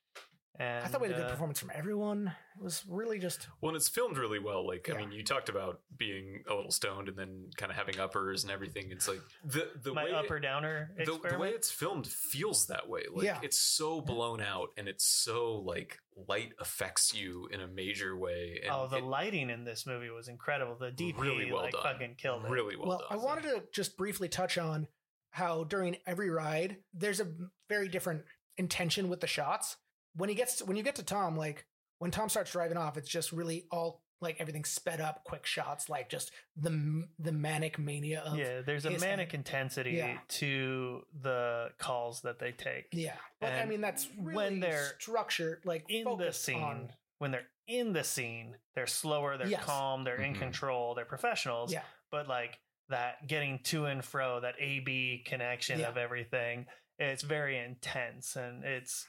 Speaker 3: And
Speaker 2: I thought we had a good
Speaker 3: uh,
Speaker 2: performance from everyone. It was really just
Speaker 4: Well, and it's filmed really well. Like, I
Speaker 2: Yeah.
Speaker 4: mean, you talked about being a little stoned and then kind of having uppers and everything. It's like the the
Speaker 3: my
Speaker 4: way
Speaker 3: upper downer
Speaker 4: the,
Speaker 3: experiment.
Speaker 4: the way it's filmed feels that way. Like,
Speaker 2: Yeah.
Speaker 4: it's so blown out and it's so like light affects you in a major way. And
Speaker 3: oh, the
Speaker 4: it
Speaker 3: lighting in this movie was incredible. The DP
Speaker 4: Really well
Speaker 3: like
Speaker 4: done.
Speaker 3: fucking killed it.
Speaker 4: really well,
Speaker 2: well.
Speaker 4: done.
Speaker 2: I wanted to just briefly touch on how during every ride there's a very different intention with the shots. When he gets when you get to Tom, like when Tom starts driving off, it's just really all like everything sped up, quick shots, like just the the manic mania of
Speaker 3: yeah, there's a
Speaker 2: his hand.
Speaker 3: manic intensity
Speaker 2: Yeah.
Speaker 3: to the calls that they take.
Speaker 2: Yeah, but I
Speaker 3: And
Speaker 2: mean that's really
Speaker 3: when they're
Speaker 2: structured, like
Speaker 3: in the
Speaker 2: focused
Speaker 3: scene
Speaker 2: on-
Speaker 3: when they're in the scene they're slower they're
Speaker 2: Yes.
Speaker 3: calm they're in
Speaker 4: Mhm.
Speaker 3: control they're professionals
Speaker 2: Yeah.
Speaker 3: but like that getting to and fro that a b connection
Speaker 2: Yeah.
Speaker 3: of everything it's very intense and it's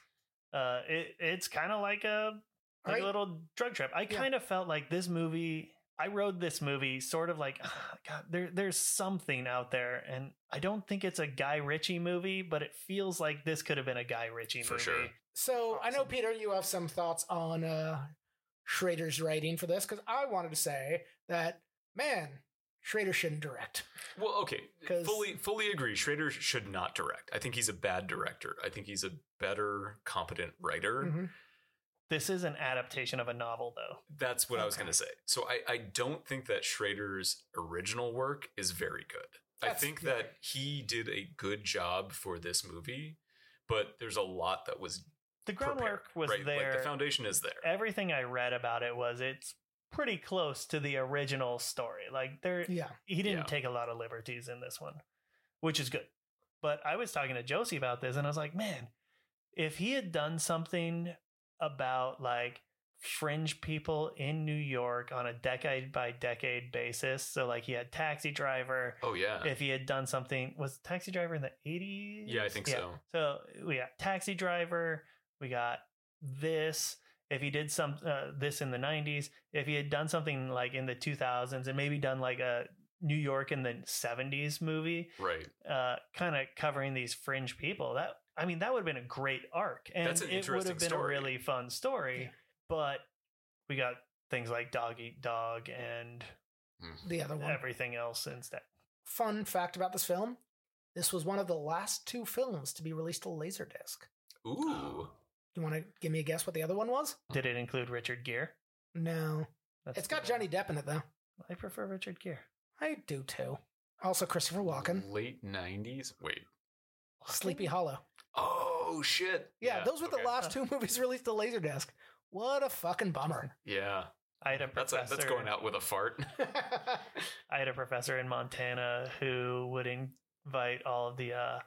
Speaker 3: uh it, it's kind of like a like
Speaker 2: Right?
Speaker 3: a little drug trip. I
Speaker 2: Yeah.
Speaker 3: kind of felt like this movie. I rode this movie sort of like, "Ah, God, there, there's something out there, and I don't think it's a Guy Ritchie movie, but it feels like this could have been a Guy Ritchie
Speaker 4: For
Speaker 3: movie.
Speaker 4: sure.
Speaker 2: So I know
Speaker 3: Awesome.
Speaker 2: Peter, you have some thoughts on uh, Schrader's writing for this because I wanted to say that man, Schrader shouldn't direct.
Speaker 4: Well, okay,
Speaker 2: 'Cause-
Speaker 4: fully fully agree. Schrader should not direct. I think he's a bad director. I think he's a better competent writer.
Speaker 2: Mhm.
Speaker 3: This is an adaptation of a novel, though.
Speaker 4: That's what I was
Speaker 2: Okay.
Speaker 4: going to say. So I, I don't think that Schrader's original work is very good. I
Speaker 2: That's-
Speaker 4: think
Speaker 2: yeah.
Speaker 4: that he did a good job for this movie, but there's a lot that was
Speaker 3: The
Speaker 4: prepared,
Speaker 3: groundwork was
Speaker 4: right?
Speaker 3: there.
Speaker 4: Like the foundation is there.
Speaker 3: Everything I read about it was it's pretty close to the original story. Like there,
Speaker 2: Yeah,
Speaker 3: he didn't
Speaker 4: Yeah.
Speaker 3: take a lot of liberties in this one, which is good. But I was talking to Josie about this, and I was like, man, if he had done something about like fringe people in New York on a decade by decade basis, so like he had Taxi Driver,
Speaker 4: Oh yeah,
Speaker 3: if he had done something, was Taxi Driver in the 80s?
Speaker 4: yeah, I think so.
Speaker 3: So we got Taxi Driver. We got this. If he did some uh, this in the '90s, if he had done something like in the 2000s, and maybe done like a New York in the '70s movie,
Speaker 4: Right.
Speaker 3: uh, kind of covering these fringe people, that I mean, that would have been a great arc, and
Speaker 4: That's an
Speaker 3: it would
Speaker 4: interesting
Speaker 3: have been
Speaker 4: story.
Speaker 3: a really fun story.
Speaker 2: Yeah.
Speaker 3: But we got things like Dog Eat Dog and
Speaker 2: the other one.
Speaker 3: everything else instead.
Speaker 2: Fun fact about this film: this was one of the last two films to be released to Laserdisc.
Speaker 4: Ooh.
Speaker 2: You want to give me a guess what the other one was?
Speaker 3: Did it include Richard Gere?
Speaker 2: No,
Speaker 3: That's
Speaker 2: it's got
Speaker 3: the one.
Speaker 2: Johnny Depp in it though.
Speaker 3: I prefer Richard Gere.
Speaker 2: I do too. Also, Christopher Walken,
Speaker 4: Late '90s. Wait.
Speaker 2: Sleepy Hollow.
Speaker 4: Oh shit.
Speaker 2: Yeah, those were
Speaker 4: okay.
Speaker 2: the
Speaker 3: [LAUGHS]
Speaker 2: last two movies released to Laserdisc. What a fucking
Speaker 3: [LAUGHS]
Speaker 2: bummer.
Speaker 4: Yeah,
Speaker 3: I had a
Speaker 4: that's
Speaker 3: professor.
Speaker 4: a, that's going out with a fart.
Speaker 3: I had a professor in Montana who would invite all of the uh,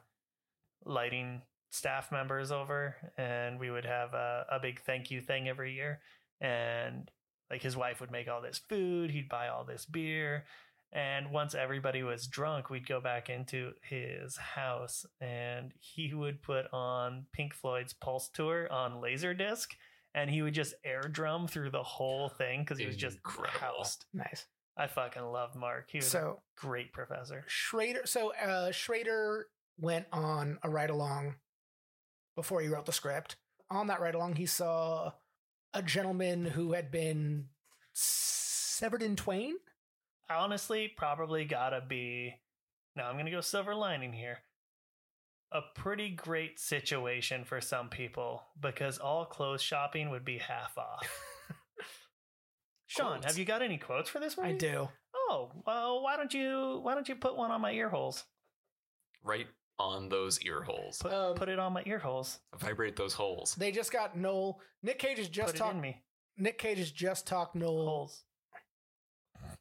Speaker 3: lighting staff members over, and we would have a, a big thank you thing every year. And like his wife would make all this food, he'd buy all this beer. And once everybody was drunk, we'd go back into his house and he would put on Pink Floyd's Pulse Tour on Laserdisc and he would just air drum through the whole thing because he was just
Speaker 4: Incredible.
Speaker 3: housed.
Speaker 2: nice.
Speaker 3: I fucking love Mark. He was a
Speaker 2: So
Speaker 3: great professor.
Speaker 2: Schrader, so uh, Schrader went on a ride along before he wrote the script. On that ride along, he saw a gentleman who had been severed in twain.
Speaker 3: Honestly, probably gotta be. Now I'm gonna go silver lining here. A pretty great situation for some people because all clothes shopping would be
Speaker 2: [LAUGHS]
Speaker 3: half off. Sean,
Speaker 4: [LAUGHS] Quotes.
Speaker 3: have you got any quotes for this movie?
Speaker 2: I do.
Speaker 3: Oh well, why don't you why don't you put one on my ear holes?
Speaker 4: right on those ear holes.
Speaker 3: Put
Speaker 2: Um,
Speaker 3: put it on my ear holes.
Speaker 4: Vibrate those holes.
Speaker 2: They just got Noel. Nick Cage has just
Speaker 3: put it
Speaker 2: talked.
Speaker 3: in me
Speaker 2: Nick Cage has just talked Noel.
Speaker 3: holes. [LAUGHS]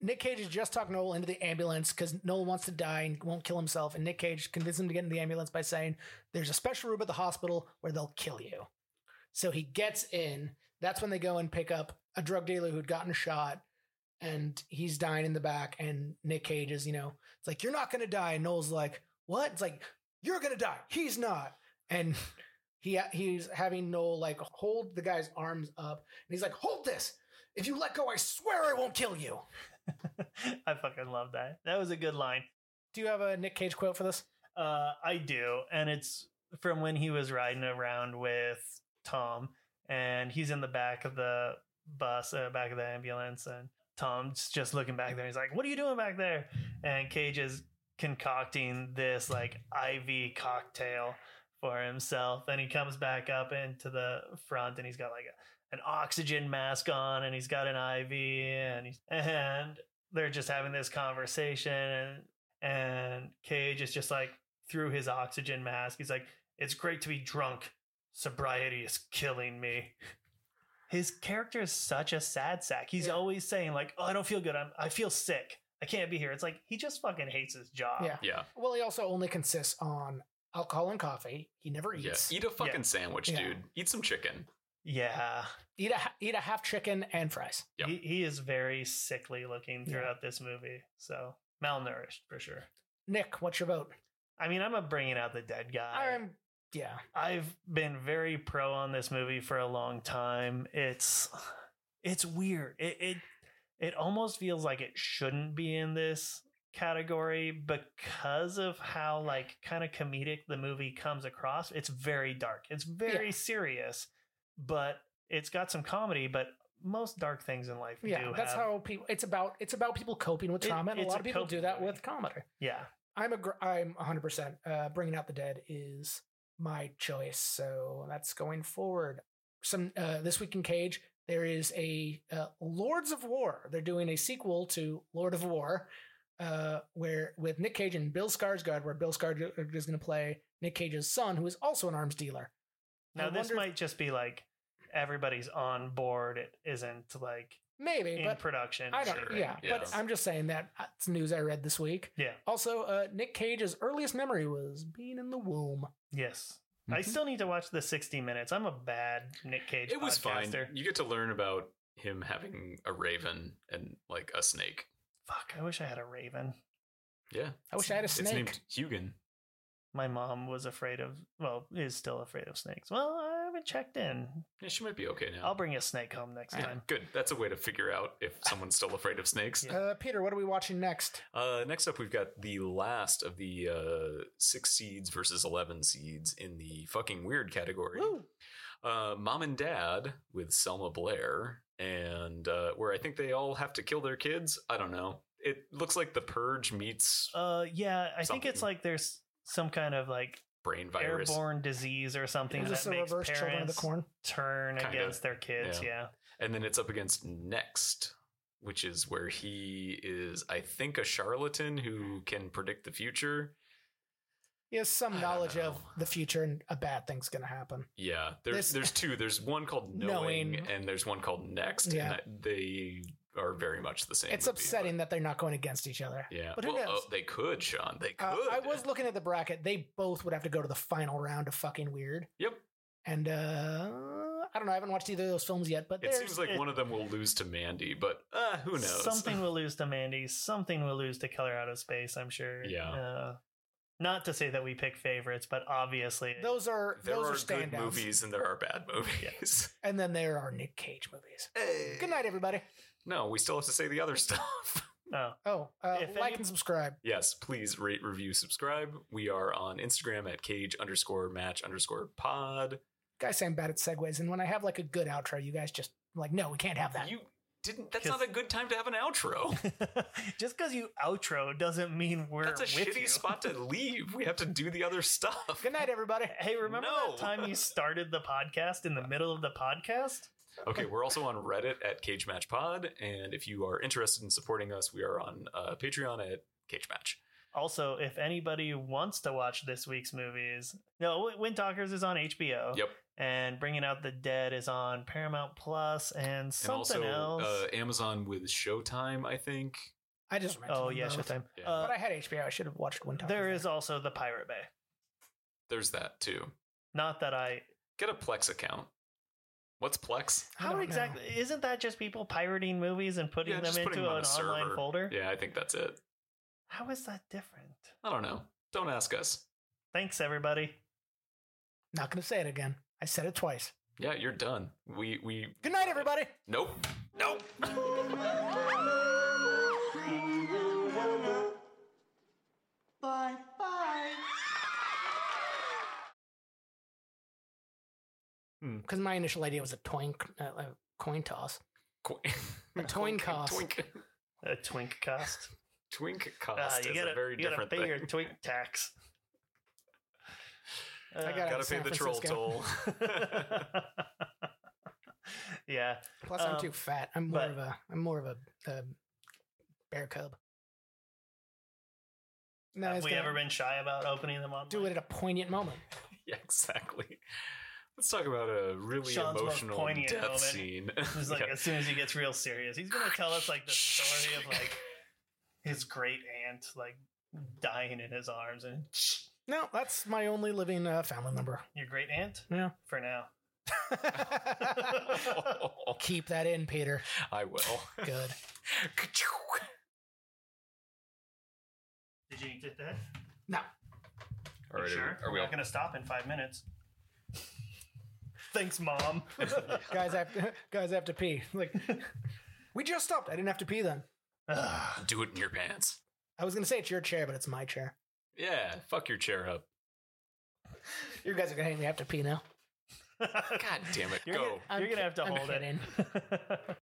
Speaker 2: Nick Cage has just talked Noel into the ambulance because Noel wants to die and won't kill himself. And Nick Cage convinces him to get in the ambulance by saying, There's a special room at the hospital where they'll kill you. So he gets in. That's when they go and pick up a drug dealer who'd gotten shot and he's dying in the back. And Nick Cage is, you know, it's like, You're not going to die. And Noel's like, What? It's like, you're gonna die. He's not. And he he's having Noel like hold the guy's arms up, and he's like, hold this. If you let go, I swear I won't kill you.
Speaker 3: I fucking love that. That was a good line.
Speaker 2: Do you have a Nick Cage quote for this?
Speaker 3: Uh, I do, and it's from when he was riding around with Tom, and he's in the back of the bus, uh, back of the ambulance, and Tom's just looking back there. He's like, "What are you doing back there?" And Cage is concocting this like IV cocktail for himself, and he comes back up into the front, and he's got like a, an oxygen mask on, and he's got an IV, and he's, and they're just having this conversation, and and Cage is just like through his oxygen mask. He's like, "It's great to be drunk. Sobriety is killing me." His character is such a sad sack. He's
Speaker 2: Yeah.
Speaker 3: always saying like, "Oh, I don't feel good. I'm I feel sick. I can't be here." It's like he just fucking hates his job.
Speaker 2: Yeah.
Speaker 4: Yeah.
Speaker 2: Well, he also only consists on alcohol and coffee. He never
Speaker 4: Yeah.
Speaker 2: eats.
Speaker 4: Eat a fucking sandwich,
Speaker 2: Yeah.
Speaker 4: dude. Eat some chicken.
Speaker 3: Yeah.
Speaker 2: Eat a ha- eat a half chicken and fries.
Speaker 4: Yep.
Speaker 3: He, he is very sickly looking
Speaker 2: Yeah.
Speaker 3: throughout this movie. So malnourished for sure.
Speaker 2: Nick, what's your vote?
Speaker 3: I mean, I'm a bringing out the dead guy.
Speaker 2: I'm yeah.
Speaker 3: I've been very pro on this movie for a long time. It's it's weird. It it it almost feels like it shouldn't be in this category because of how like kind of comedic the movie comes across. It's very dark. It's very
Speaker 2: Yeah.
Speaker 3: serious, but it's got some comedy, but most dark things in life
Speaker 2: Yeah,
Speaker 3: do
Speaker 2: that's
Speaker 3: have,
Speaker 2: how people. It's about it's about people coping with
Speaker 3: It-
Speaker 2: trauma, and a
Speaker 3: it's
Speaker 2: lot
Speaker 3: a
Speaker 2: of people do
Speaker 3: coping
Speaker 2: that
Speaker 3: movie.
Speaker 2: with comedy.
Speaker 3: yeah.
Speaker 2: I'm a gr- I'm 100 percent uh, bringing out the dead is my choice, so that's going forward. Some uh, this week in Cage, there is a uh, Lords of War. They're doing a sequel to Lord of War, uh, where with Nick Cage and Bill Skarsgård, where Bill Skarsgård is going to play Nick Cage's son, who is also an arms dealer. I
Speaker 3: Now this
Speaker 2: wonder if-
Speaker 3: might just be like everybody's on board. It isn't like
Speaker 2: Maybe,
Speaker 3: in
Speaker 2: but
Speaker 3: production.
Speaker 2: I don't.
Speaker 4: Sure,
Speaker 2: yeah,
Speaker 4: yes.
Speaker 2: but I'm just saying that that's news I read this week.
Speaker 3: Yeah.
Speaker 2: Also, uh, Nick Cage's earliest memory was being in the womb.
Speaker 3: Yes. I
Speaker 4: Mm-hmm.
Speaker 3: still need to watch the 60 minutes. I'm a bad Nick Cage.
Speaker 4: It was fine.
Speaker 3: podcaster.
Speaker 4: You get to learn about him having a raven and like a snake.
Speaker 3: Fuck, I wish I had a raven.
Speaker 4: Yeah.
Speaker 2: I wish I had a
Speaker 4: It's
Speaker 2: snake.
Speaker 4: named Hugin.
Speaker 3: My mom was afraid of, well, is still afraid of snakes. Well, I haven't checked in.
Speaker 4: Yeah, she might be okay now.
Speaker 3: I'll bring a snake home next
Speaker 4: Yeah,
Speaker 3: time.
Speaker 4: good. That's a way to figure out
Speaker 3: [LAUGHS]
Speaker 4: if someone's still afraid of snakes.
Speaker 3: Yeah.
Speaker 2: Uh, Peter, what are we watching next?
Speaker 4: Uh, next up, we've got the last of the uh, six seeds versus 11 seeds in the fucking weird category.
Speaker 2: Woo!
Speaker 4: Uh, Mom and Dad with Selma Blair, and uh, where I think they all have to kill their kids. I don't know. It looks like the purge meets
Speaker 3: Uh, yeah, I think it's
Speaker 4: Something.
Speaker 3: like there's some kind of like
Speaker 4: brain virus.
Speaker 3: airborne disease or something
Speaker 2: Is
Speaker 3: that
Speaker 2: this the
Speaker 3: makes
Speaker 2: reverse Children of the
Speaker 3: parents
Speaker 2: Corn?
Speaker 3: turn
Speaker 4: Kinda.
Speaker 3: against their kids.
Speaker 4: Yeah.
Speaker 3: yeah.
Speaker 4: And then it's up against Next, which is where he is, I think, a charlatan who can predict the future.
Speaker 2: He has
Speaker 4: I
Speaker 2: some
Speaker 4: don't
Speaker 2: knowledge of
Speaker 4: know.
Speaker 2: the future and a bad thing's going to happen.
Speaker 4: Yeah, there's
Speaker 2: This-
Speaker 4: there's two. There's one
Speaker 2: [LAUGHS]
Speaker 4: called knowing,
Speaker 2: Knowing.
Speaker 4: and there's one called next.
Speaker 2: Yeah.
Speaker 4: and that, they are very much the same.
Speaker 2: It's
Speaker 4: movie,
Speaker 2: upsetting that they're not going against each other.
Speaker 4: but- yeah,
Speaker 2: but who
Speaker 4: well,
Speaker 2: knows?
Speaker 4: oh, they could, Sean. They could.
Speaker 2: Uh, I was looking at the bracket. They both would have to go to the final round of fucking weird.
Speaker 4: Yep.
Speaker 2: And uh, I don't know. I haven't watched either of those films yet, but
Speaker 4: It
Speaker 2: there's
Speaker 4: seems like
Speaker 3: it-
Speaker 4: one of them will lose to Mandy, but uh, who knows? [LAUGHS]
Speaker 3: Something will lose to Mandy. Something will lose to Color Out of Space. I'm sure.
Speaker 4: Yeah.
Speaker 3: Uh, not to say that we pick favorites, but obviously,
Speaker 2: those are
Speaker 4: There
Speaker 2: those
Speaker 4: are,
Speaker 2: are,
Speaker 4: good
Speaker 2: standouts.
Speaker 4: movies and there are bad [LAUGHS] movies.
Speaker 2: And then there are Nick Cage movies.
Speaker 4: Hey.
Speaker 2: Good night, everybody.
Speaker 4: No, we still have to say the other [LAUGHS] stuff.
Speaker 3: oh, [LAUGHS]
Speaker 2: Oh, uh,
Speaker 3: If
Speaker 2: like
Speaker 3: any-
Speaker 2: and subscribe.
Speaker 4: yes, please rate, review, subscribe. We are on Instagram at cage underscore match underscore pod.
Speaker 2: Guys say I'm bad at segues, and when I have like a good outro, you guys just like, no, we can't have that.
Speaker 4: You didn't. That's
Speaker 3: Kiss-
Speaker 4: not a good time to have an outro.
Speaker 3: just because you outro doesn't mean we're
Speaker 4: That's a
Speaker 3: with
Speaker 4: shitty
Speaker 3: you. [LAUGHS]
Speaker 4: spot to leave. We have to do the other stuff.
Speaker 2: Good night,
Speaker 4: [LAUGHS]
Speaker 2: everybody.
Speaker 3: Hey, remember
Speaker 4: No.
Speaker 3: that time you started the podcast in the middle of the podcast?
Speaker 4: Okay, we're also on Reddit at Cage Match Pod, and if you are interested in supporting us, we are on uh, Patreon at Cage Match.
Speaker 3: Also, if anybody wants to watch this week's movies, no, Wind Talkers is on HBO.
Speaker 4: Yep.
Speaker 3: And Bringing Out the Dead is on Paramount Plus and
Speaker 4: And
Speaker 3: something
Speaker 4: also
Speaker 3: else.
Speaker 4: uh, Amazon with Showtime, I think.
Speaker 2: I just rented
Speaker 3: oh
Speaker 2: them
Speaker 3: yeah,
Speaker 2: both.
Speaker 3: Showtime.
Speaker 4: Yeah.
Speaker 3: Uh,
Speaker 2: But I had HBO. I should have watched one time.
Speaker 3: there is also the Pirate Bay.
Speaker 4: There's that too.
Speaker 3: Not that I.
Speaker 4: Get a Plex account. What's Plex?
Speaker 2: I don't
Speaker 3: How
Speaker 2: know.
Speaker 3: exactly isn't that just people pirating movies and putting
Speaker 4: Yeah,
Speaker 3: them
Speaker 4: just
Speaker 3: into
Speaker 4: putting them on
Speaker 3: an
Speaker 4: a
Speaker 3: online
Speaker 4: server.
Speaker 3: folder?
Speaker 4: Yeah, I think that's it.
Speaker 3: How is that different?
Speaker 4: I don't know. Don't ask us.
Speaker 3: Thanks, everybody.
Speaker 2: Not going to say it again. I said it twice.
Speaker 4: Yeah, you're done. We we
Speaker 2: Good night, everybody.
Speaker 4: nope nope.
Speaker 5: Bye bye.
Speaker 2: Because my initial idea was a toink, uh, a coin toss.
Speaker 4: Qu- [LAUGHS]
Speaker 2: A toin cost.
Speaker 4: Twink
Speaker 3: A twink cost.
Speaker 4: twink
Speaker 3: Uh,
Speaker 4: [LAUGHS] cost
Speaker 3: you
Speaker 4: is
Speaker 3: gotta,
Speaker 4: a very
Speaker 3: you gotta
Speaker 4: different
Speaker 3: pay your
Speaker 4: [LAUGHS] thing.
Speaker 3: twink tax.
Speaker 2: [LAUGHS] I got
Speaker 4: Gotta pay
Speaker 2: San
Speaker 4: the troll
Speaker 2: Francisco.
Speaker 4: toll.
Speaker 3: [LAUGHS]
Speaker 4: [LAUGHS]
Speaker 2: [LAUGHS]
Speaker 3: yeah,
Speaker 2: Plus, I'm
Speaker 3: Um,
Speaker 2: too fat. I'm more
Speaker 3: but-
Speaker 2: of a. I'm more of a, a bear cub. No,
Speaker 3: have
Speaker 2: it's
Speaker 3: we
Speaker 2: gonna
Speaker 3: ever been shy about opening them on?
Speaker 2: do it at a poignant moment.
Speaker 4: yeah, exactly. Let's talk about a really
Speaker 3: Sean's most
Speaker 4: emotional
Speaker 3: poignant
Speaker 4: death
Speaker 3: moment.
Speaker 4: scene.
Speaker 3: He's like,
Speaker 4: [LAUGHS] Yeah.
Speaker 3: as soon as he gets real serious, he's gonna tell us like the story of like [LAUGHS] his great aunt like dying in his arms, and
Speaker 2: No, that's my only living uh, family member.
Speaker 3: your great aunt
Speaker 2: Yeah.
Speaker 3: for
Speaker 4: [LAUGHS]
Speaker 3: now.
Speaker 2: Keep that in, Peter.
Speaker 4: [LAUGHS] I will. [LAUGHS]
Speaker 3: [LAUGHS]
Speaker 2: Good.
Speaker 3: Did you get that?
Speaker 2: No.
Speaker 4: All
Speaker 3: You
Speaker 4: right,
Speaker 3: sure?
Speaker 4: are
Speaker 3: We're
Speaker 4: we all
Speaker 3: not gonna stop in five minutes. Thanks,
Speaker 4: [LAUGHS]
Speaker 3: mom. [LAUGHS]
Speaker 2: guys, I have [LAUGHS] to, guys, I have to pee. Like, [LAUGHS] we just stopped. I didn't have to pee then.
Speaker 3: Ugh.
Speaker 4: do it in your pants?
Speaker 2: I was gonna say it's your chair, but it's my chair.
Speaker 4: Yeah, fuck your chair up.
Speaker 2: You guys are gonna make me have to pee now.
Speaker 4: God damn it,
Speaker 3: You're
Speaker 4: go.
Speaker 3: gonna-
Speaker 2: I'm
Speaker 3: You're gonna have to [LAUGHS]
Speaker 2: kid- I'm
Speaker 3: hold it.